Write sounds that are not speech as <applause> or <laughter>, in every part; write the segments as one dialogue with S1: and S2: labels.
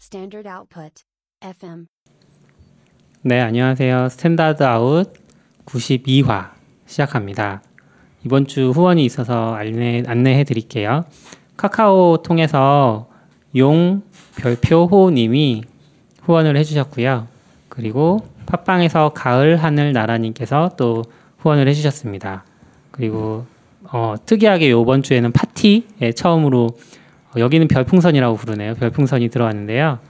S1: Standard Output. FM.
S2: 네, 안녕하세요. 스탠다드 아웃 92화 시작합니다. 이번 주 후원이 있어서 안내, 안내해 드릴게요. 카카오 통해서 용 별표호 님이 후원을 해 주셨고요. 그리고 팟빵에서 가을 하늘 나라 님께서 또 후원을 해 주셨습니다. 그리고 어, 특이하게 이번 주에는 파티에 처음으로 어, 여기는 별풍선이라고 부르네요. 별풍선이 들어왔는데요.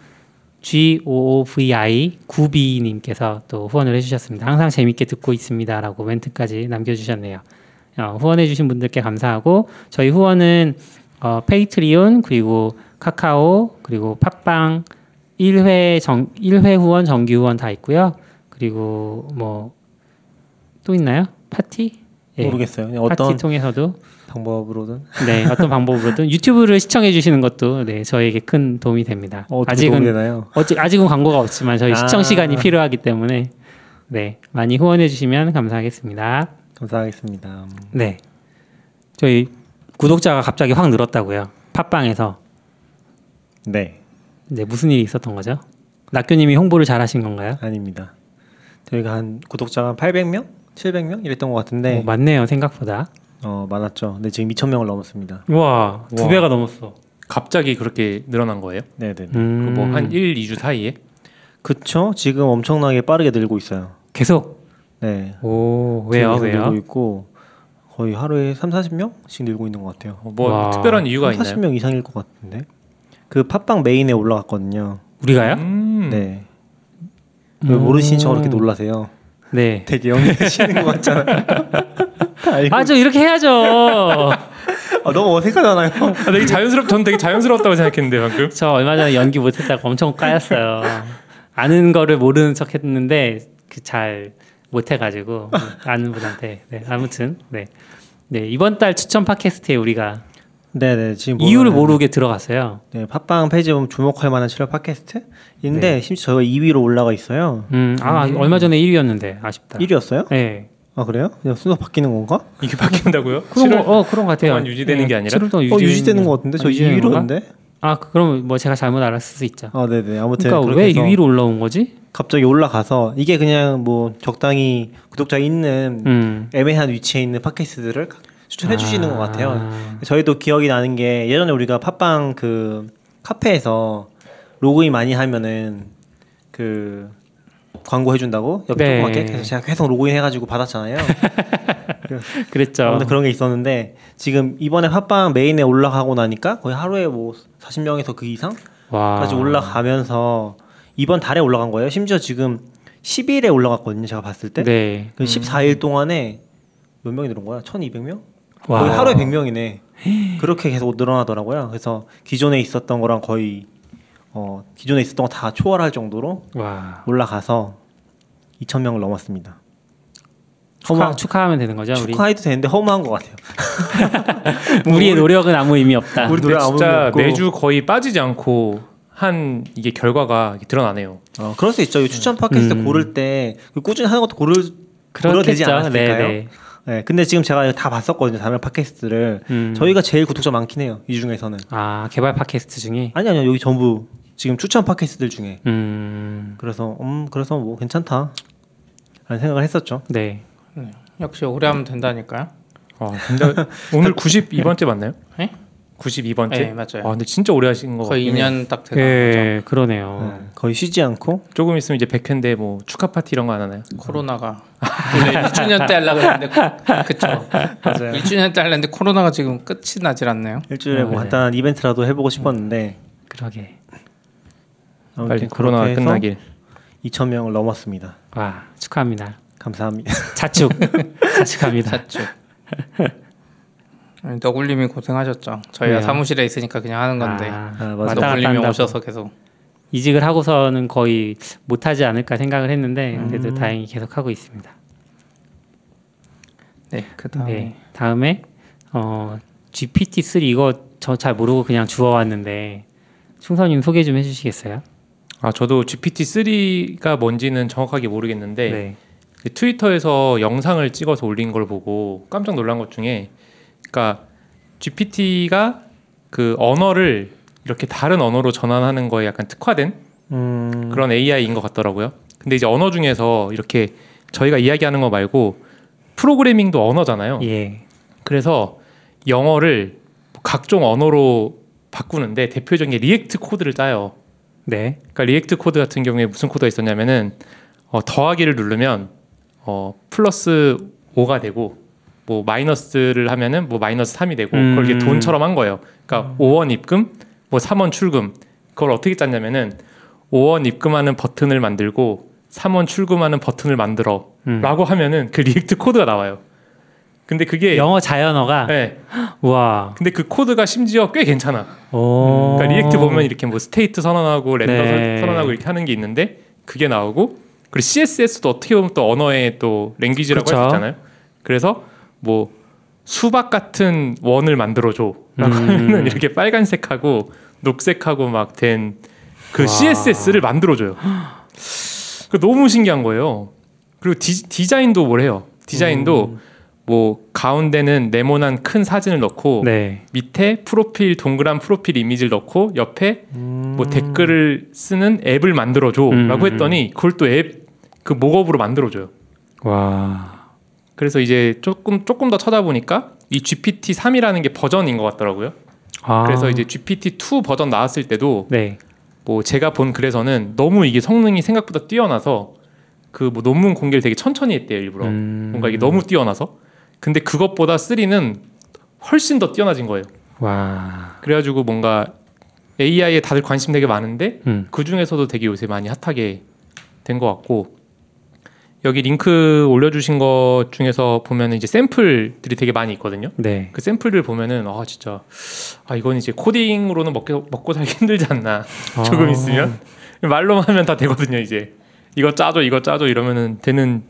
S2: GOOVI9B님께서 또 후원을 해주셨습니다. 항상 재밌게 듣고 있습니다. 라고 멘트까지 남겨주셨네요. 어, 후원해주신 분들께 감사하고, 저희 후원은 어, 페이트리온, 그리고 카카오, 그리고 팟빵, 1회, 정, 1회 후원, 정기 후원 다 있고요. 그리고 뭐, 또 있나요? 파티? 예,
S3: 모르겠어요. 그냥
S2: 파티
S3: 어떤
S2: 통해서도
S3: 방법으로든
S2: 네 어떤 방법으로든 유튜브를 시청해 주시는 것도 네 저희에게 큰 도움이 됩니다.
S3: 어, 어떻게
S2: 아직은
S3: 도움이 되나요?
S2: 어찌- 아직은 광고가 없지만 저희
S3: 아.
S2: 시청 시간이 필요하기 때문에 네 많이 후원해 주시면 감사하겠습니다.
S3: 감사하겠습니다. 음,
S2: 네 저희 구독자가 갑자기 확 늘었다고요. 팟빵에서
S3: 네,
S2: 네 무슨 일이 있었던 거죠? 낙교님이 홍보를 잘하신 건가요?
S3: 아닙니다. 저희가 한 구독자가 한 800명, 700명 이랬던 것
S2: 네
S3: 같은데
S2: 맞네요 생각보다.
S3: 어, 많았죠. 근데 지금 2천 명을 넘었습니다.
S2: 우와 두
S3: 우와.
S2: 배가 넘었어.
S4: 갑자기 그렇게 늘어난 거예요?
S3: 네, 네.
S2: 음,
S4: 뭐 한 1, 2주 사이에?
S3: 그쵸? 지금 엄청나게 빠르게 늘고 있어요.
S2: 계속
S3: 네.
S2: 오 왜요
S3: 지금 계속
S2: 왜요?
S3: 늘고 있고 거의 하루에 3, 40명씩 늘고 있는 것 같아요.
S4: 어, 뭐
S2: 와.
S4: 특별한 이유가
S3: 3,
S4: 있나요?
S3: 40명 이상일 것 같은데. 그 팟빵 메인에 올라갔거든요.
S2: 우리가요?
S4: 음.
S3: 네. 왜 모르시는 척 이렇게 놀라세요?
S2: 네.
S3: 되게 영리하시는 것 같잖아요. <laughs> 다 알고
S2: 아저 이렇게 <laughs> 해야죠.
S3: 아, 너무 어색하잖아요.
S4: 아, 되게 자연스럽. 전 되게 자연스러웠다고 생각했는데 방금.
S2: 저 얼마 전에 연기 못했다고 엄청 까였어요. 아는 거를 모르는 척 했는데 그 잘 못해가지고 아는 분한테 네, 아무튼 네. 네 이번 달 추천 팟캐스트에 우리가
S3: 네네 지금
S2: 이유를
S3: 보면은-
S2: 모르게 들어갔어요.
S3: 네 팟빵 페이지 보면 주목할 만한 실업 팟캐스트인데 심지어 저희가 2위로 올라가 있어요.
S2: 음아 얼마 전에 1위였는데 아쉽다.
S3: 1위였어요?
S2: 네.
S3: 아 그래요? 그냥 순서 바뀌는 건가? 어, <laughs>
S4: 이게 바뀐다고요?
S2: 그런 거,
S3: 뭐
S4: 실은-
S2: 어 그런 거 같아요.
S4: 동안 유지되는 게 아니라?
S2: 칠월 동안
S3: 어 유지되는 것 같은데 저
S2: 아, 유지되는 건가?
S3: 2위로인데.
S2: 아 그- 그럼 뭐 제가 잘못 알았을 수 있죠.
S3: 아 네네 아무튼
S2: 그러니까
S3: 그렇게
S2: 왜
S3: 해서
S2: 2위로 올라온 거지?
S3: 갑자기 올라가서 이게 그냥 뭐 적당히 구독자 있는
S2: 음
S3: 애매한 위치에 있는 팟캐스트들을 추천해 주시는
S2: 아.
S3: 것 같아요. 저희도 기억이 나는 게 예전에 우리가 팟빵 그 카페에서 로그인 많이 하면은 그 광고 해준다고 옆에
S2: 네.
S3: 조그맣게 그래서 제가 계속 로그인 해가지고 받았잖아요.
S2: 그랬죠.
S3: <laughs> 아무튼 그런 게 있었는데 지금 이번에 팟빵 메인에 올라가고 나니까 거의 하루에 뭐 40명에서 그 이상까지
S2: 와.
S3: 올라가면서 이번 달에 올라간 거예요. 심지어 지금 10일에 올라갔거든요. 제가 봤을 때.
S2: 네.
S3: 그 14일 동안에 몇 명이 늘은 거야? 1200명?
S2: 와.
S3: 거의 하루에 100명이네. 그렇게 계속 늘어나더라고요. 그래서 기존에 있었던 거랑 거의 어, 기존에 있었던 거 다 초월할 정도로
S2: 와.
S3: 올라가서 2000명을 넘었습니다.
S2: 축하, 축하하면 되는 거죠, 우리.
S3: 축하해도 되는데 허무한 것 같아요.
S2: 우리의 노력은 아무 의미 없다.
S3: 우리 노래
S4: 근데
S3: 아무도
S4: 네, 진짜
S3: 없고.
S4: 매주 거의 빠지지 않고 한 이게 결과가 이게 드러나네요.
S3: 어, 그럴 수 있죠. 이 추천 팟캐스트
S2: 음.
S3: 고를 때그 꾸준히 하는 것도 고를 고려 되지
S2: 그렇겠죠. 네,
S3: 않았을까요?
S2: 네.
S3: 네, 근데 지금 제가 다 봤었거든요. 다른 팟캐스트를
S2: 음.
S3: 저희가 제일 구독자 많긴 해요. 이 중에서는
S2: 아, 개발 팟캐스트 중에
S3: 아니 아니요 여기 전부 지금 추천 팟캐스트들 중에
S2: 음.
S3: 그래서 음 그래서 뭐 괜찮다 라는 생각을 했었죠
S2: 네.
S5: 역시 오래 하면 된다니까요.
S4: 아, 근데 <laughs> 오늘 92번째 맞나요?
S5: 네?
S4: 92번째.
S5: 네, 맞아요.
S4: 아, 근데 진짜 오래 하신 거
S5: 거의
S4: 같긴 해요.
S5: 2년 딱 되는 거죠.
S2: 예, 그러네요.
S3: 네, 거의 쉬지 않고
S4: 조금 있으면 이제 백회인데 뭐 축하 파티 이런 거 안 하나요?
S5: 코로나가 원래 2주년 때 하려고 했는데 그- 그쵸.
S3: 맞아요
S5: 2주년 때 하려는데 코로나가 지금 끝이 나질 않네요.
S4: 아,
S3: 일주일에 뭐 간단한 이벤트라도
S4: 음.
S3: 해보고 싶었는데
S2: 그러게.
S3: 아무튼
S4: 빨리 코로나 가
S3: 그렇게 해서
S4: 끝나길.
S3: 2천 명을 넘었습니다
S2: 와, 축하합니다.
S3: 감사합니다
S2: 자축. <laughs> 자축합니다.
S5: 자주. 아니, 너굴님이 고생하셨죠. 저희가
S2: 왜요?
S5: 사무실에 있으니까 그냥 하는 건데
S2: 아,
S3: 아, 맞아.
S2: 왔다 갔다
S5: 너굴님이
S2: 한다고.
S5: 오셔서 계속
S2: 이직을 하고서는 거의 못 하지 않을까 생각을 했는데 그래도 다행히 계속 하고 있습니다.
S5: 네 그다음에
S2: 네. 다음에 어, GPT-3 이거 저 잘 모르고 그냥 주워 왔는데 충선님 소개 좀 해 주시겠어요?
S4: 아 저도 GPT-3가 뭔지는 정확하게
S3: 네.
S4: 모르겠는데 그 트위터에서 영상을 찍어서 올린 걸 보고 깜짝 놀란 것 중에 그러니까 GPT가 그 언어를 이렇게 다른 언어로 전환하는 거에 약간 특화된
S3: 음,
S4: 그런 AI인 것 같더라고요. 근데 이제 언어 중에서 이렇게 저희가 이야기하는 거 말고 프로그래밍도 언어잖아요.
S2: 예.
S4: 그래서 영어를 각종 언어로 바꾸는데 대표적인 게 리액트 코드를 짜요.
S2: 네.
S4: 그러니까 리액트 코드 같은 경우에 무슨 코드가 있었냐면은 어, 더하기를 누르면 어, 플러스 5가 되고 뭐 마이너스를 하면은 뭐 마이너스 3이 되고 그걸 이게
S2: 음.
S4: 돈처럼 한 거예요. 그러니까 5원 입금, 뭐 3원 출금. 그걸 어떻게 짰냐면은 5원 입금하는 버튼을 만들고 3원 출금하는 버튼을 만들어라고
S2: 음.
S4: 하면은 그 리액트 코드가 나와요. 근데 그게
S2: 영어 자연어가
S4: 네.
S2: 우와.
S4: 근데 그 코드가 심지어 꽤 괜찮아.
S2: 오.
S4: 그러니까 리액트 보면 이렇게 뭐 스테이트 선언하고 랜덤
S2: 어. 네.
S4: 선언하고 이렇게 하는 게 있는데 그게 나오고 그리고 CSS도 어떻게 보면 또 언어의 또 랭귀지라고
S2: 그쵸.
S4: 할 수 있잖아요. 그래서 뭐 수박 같은 원을
S2: 음.
S4: 만들어줘라고 하면은 이렇게 빨간색하고 녹색하고 막 된 그
S2: 와.
S4: CSS를 만들어줘요. 그 너무 신기한 거예요. 그리고 디, 자인도뭘 해요? 디자인도
S2: 음.
S4: 뭐 가운데는 네모난 큰 사진을 넣고
S2: 네.
S4: 밑에 프로필 동그란 프로필 이미지를 넣고 옆에 뭐 댓글을 쓰는 앱을
S2: 음,
S4: 만들어줘라고
S2: 음.
S4: 했더니 그걸 또 앱 그 목업으로 만들어줘요.
S2: 와.
S4: 그래서 이제 조금 조금 더 찾아보니까 이 GPT 3이라는 게 버전인 것 같더라고요.
S2: 아.
S4: 그래서 이제 GPT 2 버전 나왔을 때도
S2: 네.
S4: 뭐 제가 본 글에서는 너무 이게 성능이 생각보다 뛰어나서 그 뭐 논문 공개를 되게 천천히 했대요 일부러
S2: 음.
S4: 뭔가 이게 너무 뛰어나서 근데 그것보다 3는 훨씬 더 뛰어나진 거예요.
S2: 와.
S4: 그래가지고 뭔가 AI에 다들 관심 되게 많은데
S2: 음.
S4: 그 중에서도 되게 요새 많이 핫하게 된 것 같고 여기 링크 올려주신 것 중에서 보면 이제 샘플들이 되게 많이 있거든요.
S2: 네.
S4: 그 샘플들 보면은 아 진짜 아 이건 이제 코딩으로는 먹고 먹고 살기 <laughs> 힘들지 않나 <laughs> 조금
S2: 아.
S4: 있으면 말로만 하면 다 되거든요 이제 이거 짜줘 이거 짜줘 이러면은 되는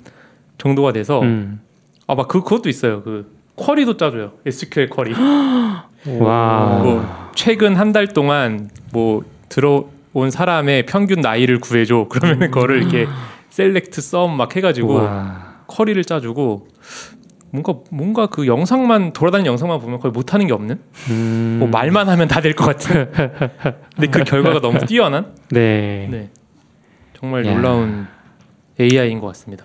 S4: 정도가 돼서
S2: 음.
S4: 아 막 그 그것도 있어요 그 쿼리도 짜줘요 SQL 쿼리
S5: 아.
S2: 와.
S4: 뭐 최근 한 달 동안 뭐 들어온 사람의 평균 나이를 구해줘 <laughs> 그러면
S5: 음.
S4: 은 그거를 이렇게 셀렉트 썸 막 해가지고
S2: 와.
S4: 커리를 짜주고 뭔가 뭔가 그 영상만 돌아다니는 영상만 보면 거의 못하는 게 없는
S2: 음.
S4: 뭐 말만 하면 다 될 것
S5: <laughs>
S4: 같은 근데 그 결과가 너무 뛰어난
S2: 네.
S4: 네. 정말
S2: 야.
S4: 놀라운 AI인 것 같습니다.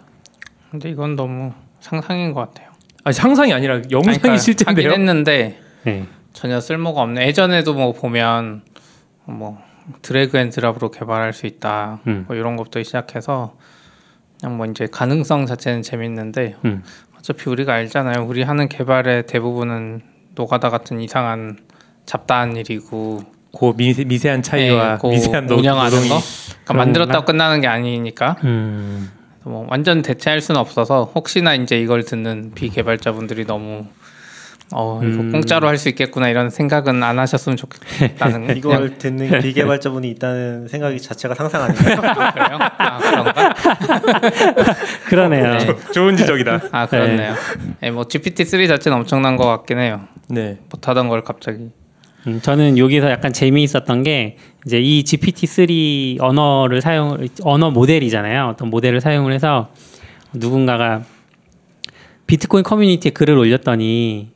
S5: 근데 이건 너무 상상인 것 같아요.
S4: 아니 상상이 아니라 영상이
S5: 그러니까
S4: <laughs> 실제인데요.
S5: 하긴 했는데
S2: 네.
S5: 전혀 쓸모가 없네. 예전에도 뭐 보면 뭐 드래그 앤 드랍으로 개발할 수 있다.
S2: 음.
S5: 뭐 이런 것부터 시작해서 그냥 뭐 이제 가능성 자체는 재밌는데
S2: 음.
S5: 어차피 우리가 알잖아요. 우리 하는 개발의 대부분은 노가다 같은 이상한 잡다한 일이고
S4: 그 미세, 미세한 차이와
S5: 예, 그
S4: 미세한 노-
S5: 운영하는
S4: 노동이
S5: 거. 그러니까 만들었다고 끝나는 게 아니니까
S2: 음.
S5: 뭐 완전 대체할 수는 없어서 혹시나 이제 이걸 듣는 비개발자분들이 너무 어 이거
S2: 음.
S5: 공짜로 할 수 있겠구나 이런 생각은 안
S3: <laughs>
S5: 하셨으면
S4: 음?
S5: 좋겠다는 그냥
S3: 이걸
S4: <laughs>
S3: 듣는 비개발자분이 있다는 생각이 자체가 상상 아닌가요?
S5: <laughs> 그래요? 아 그런가?
S2: 그러네요.
S5: 네.
S4: <laughs> 좋은 지적이다.
S5: <laughs> 아 그렇네요. 예, 뭐 GPT 3 자체는 엄청난 것 같긴 해요.
S4: 네.
S5: 못하던 걸 갑자기
S2: 음, 저는 여기서 약간 재미있었던 게 이제 이 GPT-3 언어를 사용 언어 모델이잖아요. 어떤 모델을 사용을 해서 누군가가 비트코인 커뮤니티에 글을 올렸더니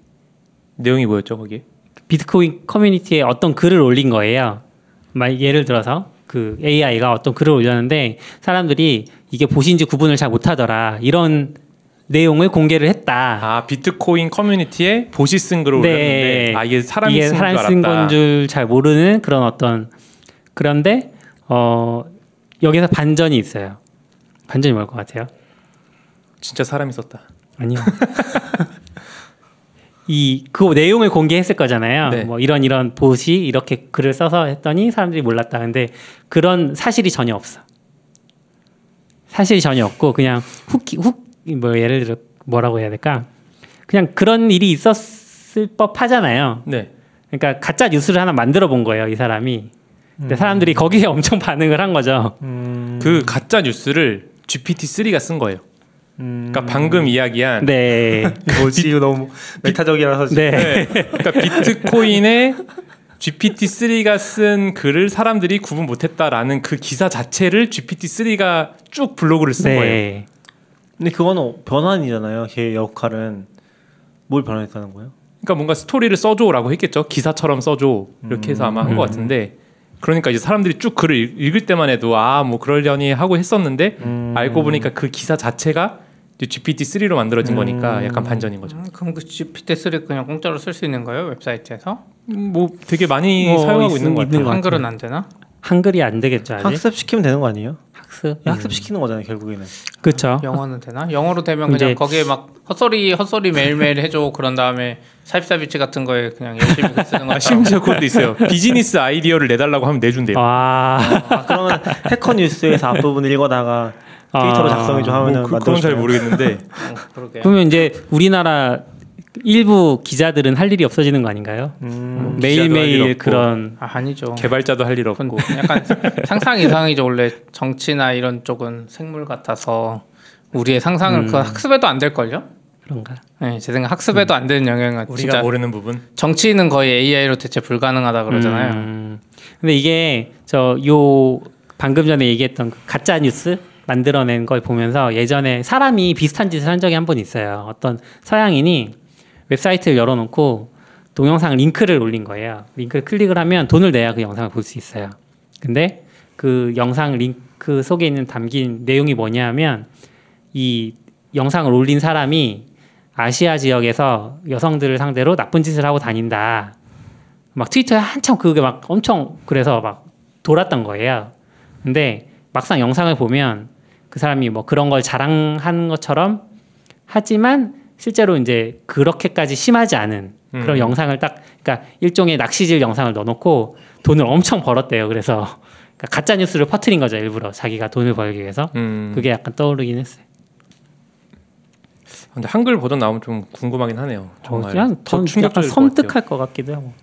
S4: 내용이 뭐였죠 거기?
S2: 비트코인 커뮤니티에 어떤 글을 올린 거예요. 말 예를 들어서 그 AI가 어떤 글을 올렸는데 사람들이 이게 보신지 구분을 잘 못하더라 이런 내용을 공개를 했다.
S4: 아 비트코인 커뮤니티에 보시 쓴 글을 올렸는데 아 이게 사람이
S2: 네. 이게
S4: 쓴
S2: 사람이
S4: 줄
S2: 쓴
S4: 알았다.
S2: 건 줄 잘 모르는 그런 어떤 그런데 어 여기서 반전이 있어요. 반전이 뭘 것 같아요?
S4: 진짜 사람이 썼다.
S2: 아니요. <laughs> 이 그 내용을 공개했을 거잖아요.
S4: 네.
S2: 뭐 이런 이런 보시 이렇게 글을 써서 했더니 사람들이 몰랐다. 근데 그런 사실이 전혀 없어. 사실이 전혀 없고 그냥 훅훅뭐 예를 들어 뭐라고 해야 될까? 그냥 그런 일이 있었을 법하잖아요.
S4: 네.
S2: 그러니까 가짜 뉴스를 하나 만들어 본 거예요, 이 사람이. 근데 사람들이 거기에 엄청 반응을 한 거죠. 음.
S4: 그 가짜 뉴스를 GPT 3가 쓴 거예요. 그러니까
S2: 음.
S4: 방금 이야기한
S2: 네.
S3: 뭐지 이거 너무 메타적이라서 지금.
S2: 네.
S4: 네. 그러니까 비트코인에 GPT 3가 쓴 글을 사람들이 구분 못했다라는 그 기사 자체를 GPT 3가 쭉 블로그를 쓴 거예요.
S2: 네.
S3: 어, 근데 그거는 변환이잖아요. 걔 역할은 뭘 변환했다는 거예요?
S4: 그러니까 뭔가 스토리를 써줘라고 했겠죠. 기사처럼 써줘 이렇게 해서 아마 한
S2: 음.
S4: 것 같은데 그러니까 이제 사람들이 쭉 글을 읽- 읽을 때만 해도 아 뭐 그러려니 하고 했었는데
S2: 음.
S4: 알고 보니까 그 기사 자체가 GPT 3로 만들어진
S2: 음.
S4: 거니까 약간 반전인 거죠.
S5: 음, 그럼 그 GPT-3 그냥 공짜로 쓸 수 있는 거예요 웹사이트에서?
S4: 뭐 되게 많이
S2: 어,
S4: 사용하고
S2: 있-
S4: 있는 것
S2: 있는
S4: 같아요.
S2: 것
S5: 한글은 안 되나?
S2: 한글이 안 되겠죠 아직
S3: 학습 시키면 되는 거 아니에요?
S2: 학습
S4: 음.
S3: 학습 시키는 거잖아요 결국에는.
S2: 그렇죠
S5: 영어는 되나? 영어로 되면
S2: 이제-
S5: 그냥 거기에 막 헛소리 헛소리 매일매일 해줘 그런 다음에 삽입삽입지 같은 거에 그냥 열심히 글 쓰는
S4: <laughs> 아,
S5: 거.
S4: 심지어 그것도 있어요. 비즈니스 아이디어를 내달라고 하면 내준대요.
S2: 와
S3: 아, 그러면 해커 뉴스에서 앞부분을 읽어다가 데이터로
S2: 아.
S3: 작성해 줘 하면은
S4: 뭐 그, 건잘
S3: 만들어주나요?
S2: <laughs>
S4: 모르겠는데
S5: 어,
S4: 네.
S5: 그러게.
S2: 그러면 이제 우리나라 일부 기자들은 할 일이 없어지는 거 아닌가요?
S3: 음,
S4: 음, 기자도 할
S2: 매일매일
S4: 일 없고.
S2: 그런
S5: 아, 아니죠.
S4: 개발자도 할 일
S5: 그건
S4: 없고
S5: 약간 상상 이상이죠. 원래 정치나 이런 쪽은 생물 같아서 우리의 상상을
S2: 음.
S5: 그 학습에도 안 될 걸요?
S2: 그런가?
S5: 네, 제 생각 학습에도
S2: 음.
S5: 안 되는 영향은
S4: 우리가
S2: 뭐
S5: 진짜
S4: 모르는 부분.
S5: 정치인은 거의 AI로 대체 불가능하다 그러잖아요.
S2: 음. 근데 이게 저 요 방금 전에 얘기했던 그 가짜 뉴스 만들어낸 걸 보면서 예전에 사람이 비슷한 짓을 한 적이 한 번 있어요. 어떤 서양인이 웹사이트를 열어놓고 동영상 링크를 올린 거예요. 링크를 클릭을 하면 돈을 내야 그 영상을 볼 수 있어요. 근데 그 영상 링크 속에 있는 담긴 내용이 뭐냐면 이 영상을 올린 사람이 아시아 지역에서 여성들을 상대로 나쁜 짓을 하고 다닌다. 막 트위터에 한참 그게 막 엄청 그래서 막 돌았던 거예요. 근데 막상 영상을 보면 그 사람이 뭐 그런 걸 자랑한 것처럼 하지만 실제로 이제 그렇게까지 심하지 않은 그런
S4: 음.
S2: 영상을 딱 그러니까 일종의 낚시질 영상을 넣어놓고 돈을 엄청 벌었대요. 그래서 <laughs> 그러니까 가짜 뉴스를 퍼뜨린 거죠 일부러 자기가 돈을 벌기 위해서
S4: 음.
S2: 그게 약간 떠오르긴 했어요.
S4: 근데 한글 버전 나오면 좀 궁금하긴 하네요. 정말
S2: 어, 그냥
S4: 더
S2: 저는 약간
S4: 충격적일 것 같아요. 네.
S2: 섬뜩할 것 같기도 하고.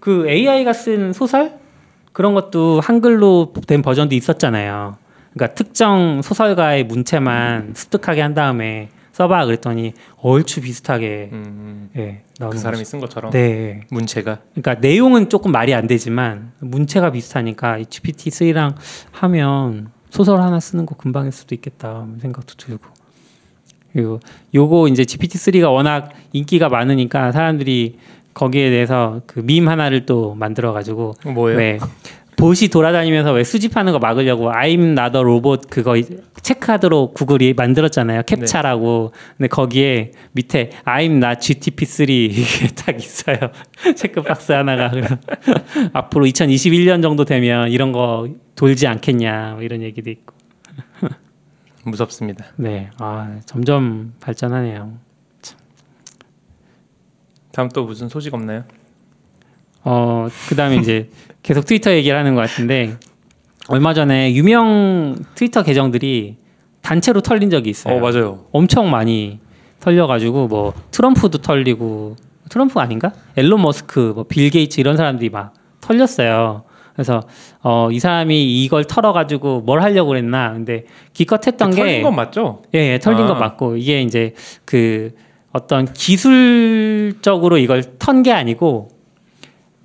S2: 그 AI가 쓴 소설 그런 것도 한글로 된 버전도 있었잖아요. 그러니까 특정 소설가의 문체만 습득하게 한 다음에 써봐 그랬더니 얼추 비슷하게
S4: 음,
S2: 예,
S4: 그
S2: 나오는
S4: 사람이 쓴 것처럼
S2: 거죠. 네.
S4: 문체가
S2: 그러니까 내용은 조금 말이 안 되지만 문체가 비슷하니까 이 GPT-3랑 하면 소설 하나 쓰는 거 금방일 수도 있겠다 이런 생각도 들고 그리고 요거 이제 GPT-3가 워낙 인기가 많으니까 사람들이 거기에 대해서 그 밈 하나를 또 만들어 가지고
S4: 뭐예요?
S2: 왜 봇이 네. 돌아다니면서 왜 수집하는 거 막으려고 I'm not a robot 그거 이제 체크하도록 구글이 만들었잖아요
S4: 네.
S2: 캡차라고 근데 거기에 밑에 I'm not GTP3 이게 <laughs> 딱 있어요 체크박스 하나가 <laughs> 그래서 앞으로 2021년 정도 되면 이런 거 돌지 않겠냐 뭐 이런 얘기도 있고
S4: 무섭습니다.
S2: 네아 점점 발전하네요
S4: 다음 또 무슨 소식 없나요?
S2: 어, 그 다음에 이제 계속 트위터 얘기를 하는 것 같은데, 얼마 전에 유명 트위터 계정들이 단체로 털린 적이 있어요.
S4: 어 맞아요.
S2: 엄청 많이 털려가지고, 뭐, 트럼프도 털리고, 트럼프 아닌가? 앨런 머스크, 뭐, 빌 게이츠 이런 사람들이 막 털렸어요. 그래서, 어, 이 사람이 이걸 털어가지고 뭘 하려고 그랬나. 근데 기껏 했던 게.
S4: 털린 건 맞죠?
S2: 예, 예, 털린
S4: 아.
S2: 거 맞고 이게 이제 그 어떤 기술적으로 이걸 턴 게 아니고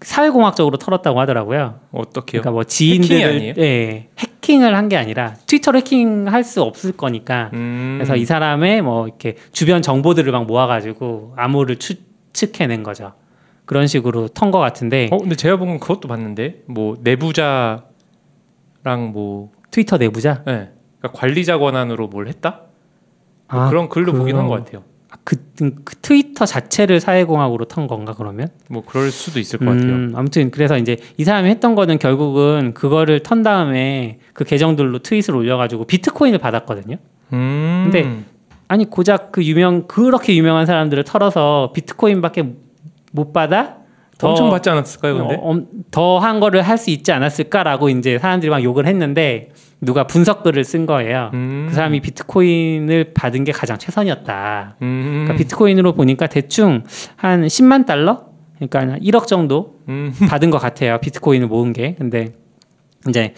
S2: 사회공학적으로 털었다고 하더라고요.
S4: 어떻게요?
S2: 그러니까 뭐
S4: 해킹이
S2: 지인들
S4: 아니에요?
S2: 예, 해킹을 한 게 아니라 트위터 해킹할 수 없을 거니까
S4: 음,
S2: 그래서 이 사람의 뭐 이렇게 주변 정보들을 막 모아가지고 암호를 추측해낸 거죠. 그런 식으로 턴 거 같은데
S4: 어 근데 제가 본건 그것도 봤는데 뭐 내부자랑 뭐
S2: 트위터 내부자
S4: 예. 그러니까 관리자 권한으로 뭘 했다? 뭐
S2: 아,
S4: 그런 글로 보긴
S2: 그런-
S4: 한 것 같아요.
S2: 그, 그 트위터 자체를 사회공학으로 턴 건가 그러면?
S4: 뭐 그럴 수도 있을 것 같아요.
S2: 음, 아무튼 그래서 이제 이 사람이 했던 거는 결국은 그거를 턴 다음에 그 계정들로 트윗을 올려가지고 비트코인을 받았거든요.
S4: 음.
S2: 근데 아니 고작 그 유명 그렇게 유명한 사람들을 털어서 비트코인밖에 못 받아 더 어,
S4: 엄청 받지 않았을까요, 근데?
S2: 더한 거를 할 수 있지 않았을까라고 이제 사람들이 막 욕을 했는데 누가 분석글을 쓴 거예요.
S4: 음.
S2: 그 사람이 비트코인을 받은 게 가장 최선이었다.
S4: 음.
S2: 그러니까 비트코인으로 보니까 대충 한 10만 달러? 그러니까 한 1억 정도
S4: 음.
S2: 받은 것 같아요. 비트코인을 모은 게. 근데 이제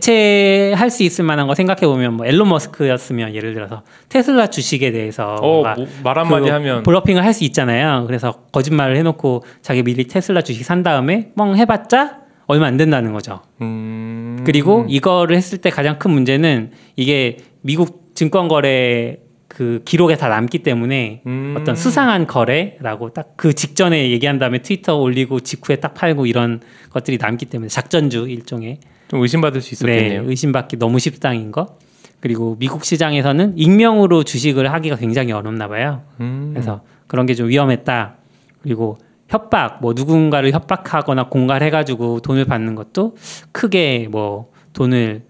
S2: 대체할 수 있을 만한 거 생각해 보면 뭐 앨런 머스크였으면 예를 들어서 테슬라 주식에 대해서
S4: 어,
S2: 뭔가
S4: 뭐, 말 한마디
S2: 그
S4: 하면
S2: 블러핑을 할 수 있잖아요. 그래서 거짓말을 해놓고 자기 미리 테슬라 주식 산 다음에 뻥 해봤자 얼마 안 된다는 거죠.
S4: 음.
S2: 그리고 이거를 했을 때 가장 큰 문제는 이게 미국 증권거래 그 기록에 다 남기 때문에
S4: 음.
S2: 어떤 수상한 거래라고 딱 그 직전에 얘기한 다음에 트위터 올리고 직후에 딱 팔고 이런 것들이 남기 때문에 작전주 일종의
S4: 좀 의심받을 수 있었겠네요.
S2: 네, 의심받기 너무 십상인 것 그리고 미국 시장에서는 익명으로 주식을 하기가 굉장히 어렵나 봐요.
S4: 음.
S2: 그래서 그런 게 좀 위험했다. 그리고 협박, 뭐 누군가를 협박하거나 공갈해가지고 돈을 받는 것도 크게 뭐 돈을